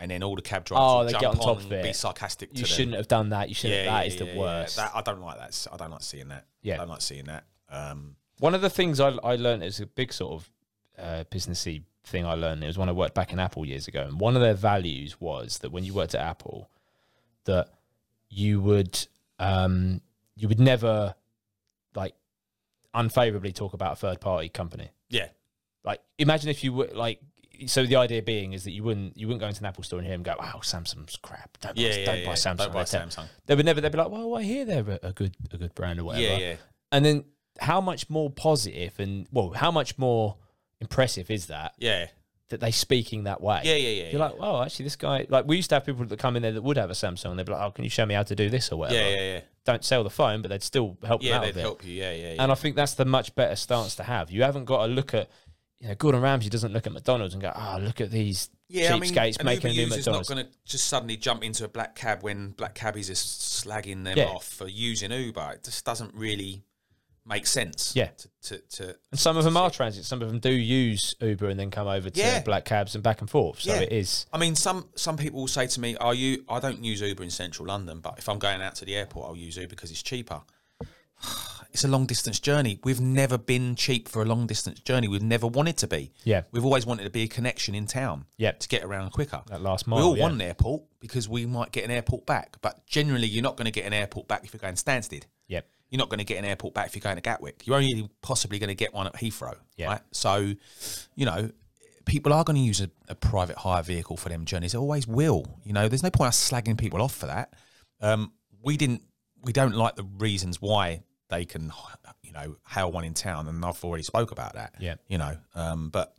S2: and then all the cab drivers
S3: Oh,
S2: will
S3: they
S2: jump
S3: get on top
S2: and
S3: of it.
S2: be sarcastic.
S3: You
S2: to
S3: shouldn't have done that. You
S2: Them.
S3: shouldn't. That is the worst.
S2: That, I don't like that. I don't like seeing that.
S3: Yeah.
S2: I don't like seeing that. Um,
S3: One of the things I, I learned is a big sort of uh, businessy thing I learned. It was when I worked back in Apple years ago, and one of their values was that when you worked at Apple, that you would um, you would never like unfavorably talk about a third party company.
S2: yeah,
S3: Like imagine if you were like. So the idea being is that you wouldn't you wouldn't go into an Apple store and hear them go, "Oh, Samsung's crap. Don't buy,
S2: yeah, yeah,
S3: don't
S2: yeah.
S3: buy Samsung.
S2: Don't buy
S3: They tell-
S2: Samsung.
S3: They would never. They'd be like, "Well, I hear they're a- a good a good brand or whatever."
S2: Yeah, yeah.
S3: and then how much more positive and well, how much more impressive is that
S2: Yeah,
S3: that they speaking that way?
S2: yeah, yeah, yeah.
S3: You're like, oh, actually, this guy. Like, we used to have people that come in there that would have a Samsung. They'd be like, oh, can you show me how to do this or whatever?
S2: yeah, yeah, yeah.
S3: Don't sell the phone, but they'd still help them
S2: Yeah,
S3: out
S2: they'd
S3: with it.
S2: help you. Yeah, yeah, yeah.
S3: And I think that's the much better stance to have. You haven't got to look at, you know, Gordon Ramsay doesn't look at McDonald's and go, oh, look at these
S2: Yeah, I mean,
S3: cheapskates
S2: an
S3: making a
S2: Uber
S3: new
S2: user's not
S3: McDonald's.
S2: going to just suddenly jump into a black cab when black cabbies are slagging them
S3: Yeah.
S2: off for using Uber. It just doesn't really make sense.
S3: Yeah.
S2: To, to, to
S3: And some of them are transit. Some of them do use Uber and then come over to
S2: Yeah.
S3: black cabs and back and forth. So
S2: Yeah.
S3: it is.
S2: I mean, some some people will say to me, "Are you? I don't use Uber in central London, but if I'm going out to the airport, I'll use Uber because it's cheaper." It's a long distance journey. We've never been cheap for a long distance journey. We've never wanted to be.
S3: Yeah.
S2: We've always wanted to be a connection in town.
S3: Yep.
S2: To get around quicker.
S3: That last
S2: we
S3: mile,
S2: all
S3: yeah.
S2: want an airport because we might get an airport back. But generally, you're not going to get an airport back if you're going Stansted.
S3: Yep.
S2: You're not going to get an airport back if you're going to Gatwick. You're only possibly going to get one at Heathrow.
S3: Yeah.
S2: Right. So, you know, people are going to use a, a private hire vehicle for them journeys. They always will. You know, there's no point us slagging people off for that. Um, we didn't. We don't like the reasons why they can, you know, hail one in town, and I've already spoke about that.
S3: Yeah.
S2: You know, um, but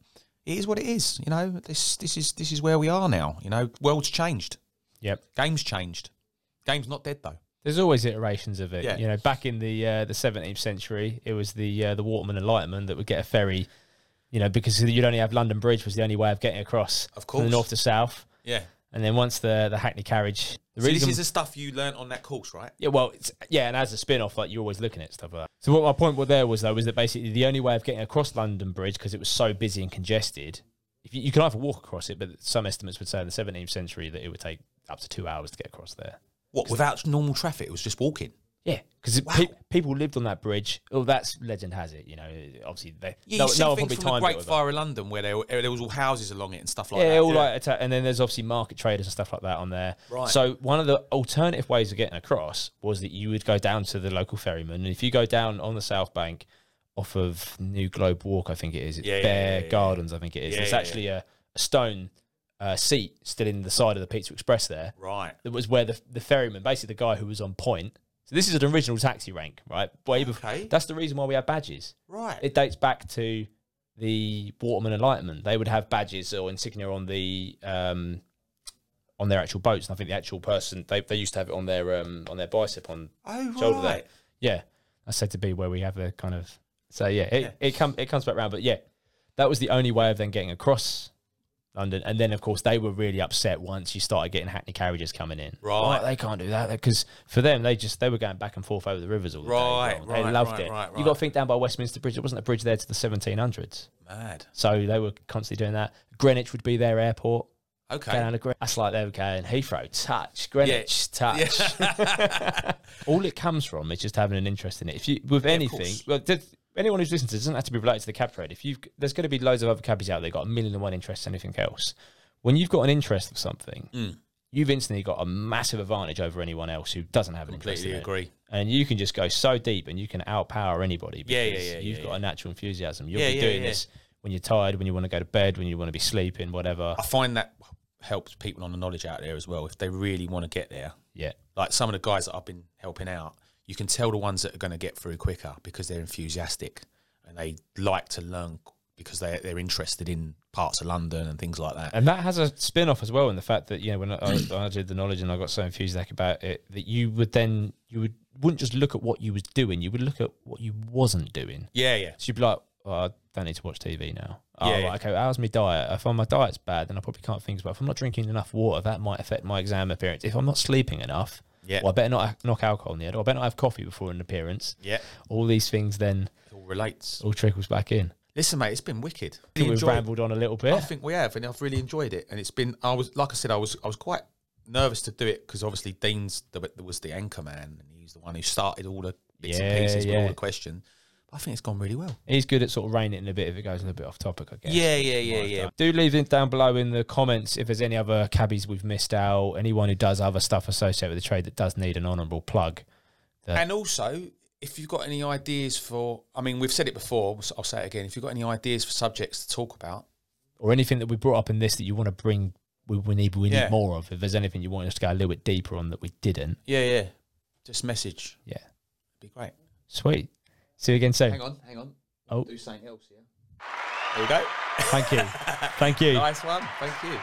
S2: it is what it is. You know, this this is this is where we are now. You know, world's changed.
S3: Yep.
S2: Game's changed. Game's not dead though.
S3: There's There's always iterations of it.
S2: Yeah.
S3: You know, back in the uh, the 17th century, it was the uh, the waterman and lightman that would get a ferry. You know, because you'd only have London Bridge was the only way of getting across
S2: Of
S3: from the
S2: course.
S3: north to south.
S2: Yeah.
S3: And then once the the Hackney carriage, the
S2: So this
S3: reason-
S2: is the stuff you learnt on that course, right?
S3: Yeah, well, it's, yeah, and as a spin-off, like you're always looking at stuff like that. So what my point was there was though was that basically the only way of getting across London Bridge because it was so busy and congested, if you, you could either walk across it, but some estimates would say in the 17th century that it would take up to two hours to get across there.
S2: What without normal traffic, it was just walking.
S3: Yeah, because
S2: Wow.
S3: people lived on that bridge. Oh, that's legend has it. You know, obviously they.
S2: Yeah,
S3: no,
S2: you see
S3: no one
S2: things
S3: probably
S2: from the
S3: timed it.
S2: Great
S3: with that.
S2: Fire of London where there, were- there was all houses along it and stuff like
S3: yeah,
S2: that.
S3: all like atta- and then there's obviously market traders and stuff like that on there.
S2: Right.
S3: So one of the alternative ways of getting across was that you would go down to the local ferryman, and if you go down on the south bank, off of New Globe Walk, I think it is. It's
S2: Yeah, yeah,
S3: Bear
S2: yeah, yeah, yeah.
S3: Gardens, I think it is.
S2: Yeah,
S3: There's
S2: yeah,
S3: actually a, a stone uh, seat still in the side of the Pizza Express there.
S2: Right.
S3: That was where the the ferryman, basically the guy who was on point. So this is an original taxi rank, right? Way before.
S2: Okay.
S3: That's the reason why we had badges
S2: Right.
S3: it dates back to the Waterman Enlightenment. They would have badges or insignia on the um, on their actual boats, and I think the actual person they, they used to have it on their um, on their bicep on
S2: oh,
S3: shoulder
S2: right.
S3: there. Yeah, that's said to be where we have the kind of so yeah it
S2: Yeah.
S3: it comes it comes back round, but yeah, that was the only way of then getting across. London, and then of course they were really upset once you started getting Hackney carriages coming in.
S2: Right.
S3: Oh, they can't do that because for them they just they were going back and forth over the rivers all the
S2: Right,
S3: day. long. They
S2: right,
S3: loved
S2: right,
S3: it.
S2: right,
S3: You
S2: right.
S3: got to think down by Westminster Bridge. There wasn't a bridge there to the 1700s,
S2: Mad.
S3: so they were constantly doing that. Greenwich would be their airport.
S2: Okay.
S3: Go Down to Greenwich. That's like they were going Heathrow, touch Greenwich, touch. all it comes from is just having an interest in it. If you with anything,
S2: course.
S3: well, th- anyone who's listening to this doesn't have to be related to the cab trade. If you there's going to be loads of other cabbies out there got a million and one interests in anything else. When you've got an interest of something,
S2: Hmm.
S3: you've instantly got a massive advantage over anyone else who doesn't have an
S2: Completely
S3: interest. in it.
S2: agree.
S3: And you can just go so deep, and you can outpower anybody.
S2: Yeah, yeah,
S3: because
S2: yeah,
S3: You've
S2: yeah,
S3: got
S2: yeah.
S3: a natural enthusiasm. You'll
S2: Yeah,
S3: be
S2: yeah,
S3: doing
S2: yeah.
S3: this when you're tired, when you want to go to bed, when you want to be sleeping, whatever.
S2: I find that helps people on the knowledge out there as well if they really want to get there.
S3: Yeah.
S2: Like some of the guys that I've been helping out, you can tell the ones that are going to get through quicker because they're enthusiastic and they like to learn because they they're interested in parts of London and things like that.
S3: And that has a spin off as well in the fact that, you know, when I, I, I did the knowledge and I got so enthusiastic about it, that you would then, you would, wouldn't just look at what you was doing, you would look at what you wasn't doing.
S2: Yeah, yeah.
S3: So you'd be like, oh, I don't need to watch TV now. Oh,
S2: Yeah,
S3: right,
S2: yeah.
S3: okay, how's my diet? If my diet's bad, then I probably can't think about it. If I'm not drinking enough water, that might affect my exam appearance. If I'm not sleeping enough,
S2: Yeah.
S3: well, I better not knock alcohol in the head, or I better not have coffee before an appearance.
S2: Yeah.
S3: All these things then
S2: It all relates.
S3: all trickles back in.
S2: Listen, mate, it's been wicked.
S3: I think
S2: Really
S3: we've
S2: enjoyed-
S3: rambled on a little bit.
S2: I think we have, and I've really enjoyed it. And it's been, I was, like I said, I was, I was quite nervous to do it because obviously Dean's the, was the anchor man, and he's the one who started all the bits
S3: Yeah,
S2: and pieces with
S3: yeah.
S2: all the questions. But I think it's gone really well.
S3: He's good at sort of reining it in a bit if it goes a little bit off topic, I guess.
S2: Yeah, yeah, yeah, yeah.
S3: Do leave it down below in the comments if there's any other cabbies we've missed out, anyone who does other stuff associated with the trade that does need an honourable plug.
S2: And also, if you've got any ideas for, I mean, we've said it before. so I'll say it again. If you've got any ideas for subjects to talk about,
S3: Or anything that we brought up in this that you want to bring, we, we need we need
S2: Yeah.
S3: more of. If there's anything you want us to go a little bit deeper on that we didn't,
S2: yeah, yeah, just message.
S3: yeah.
S2: It'd be great.
S3: Sweet. See you again soon.
S2: Hang on, hang on.
S3: Oh.
S2: Do something else, yeah. There you go.
S3: Thank you. Thank you.
S2: Nice one. Thank you.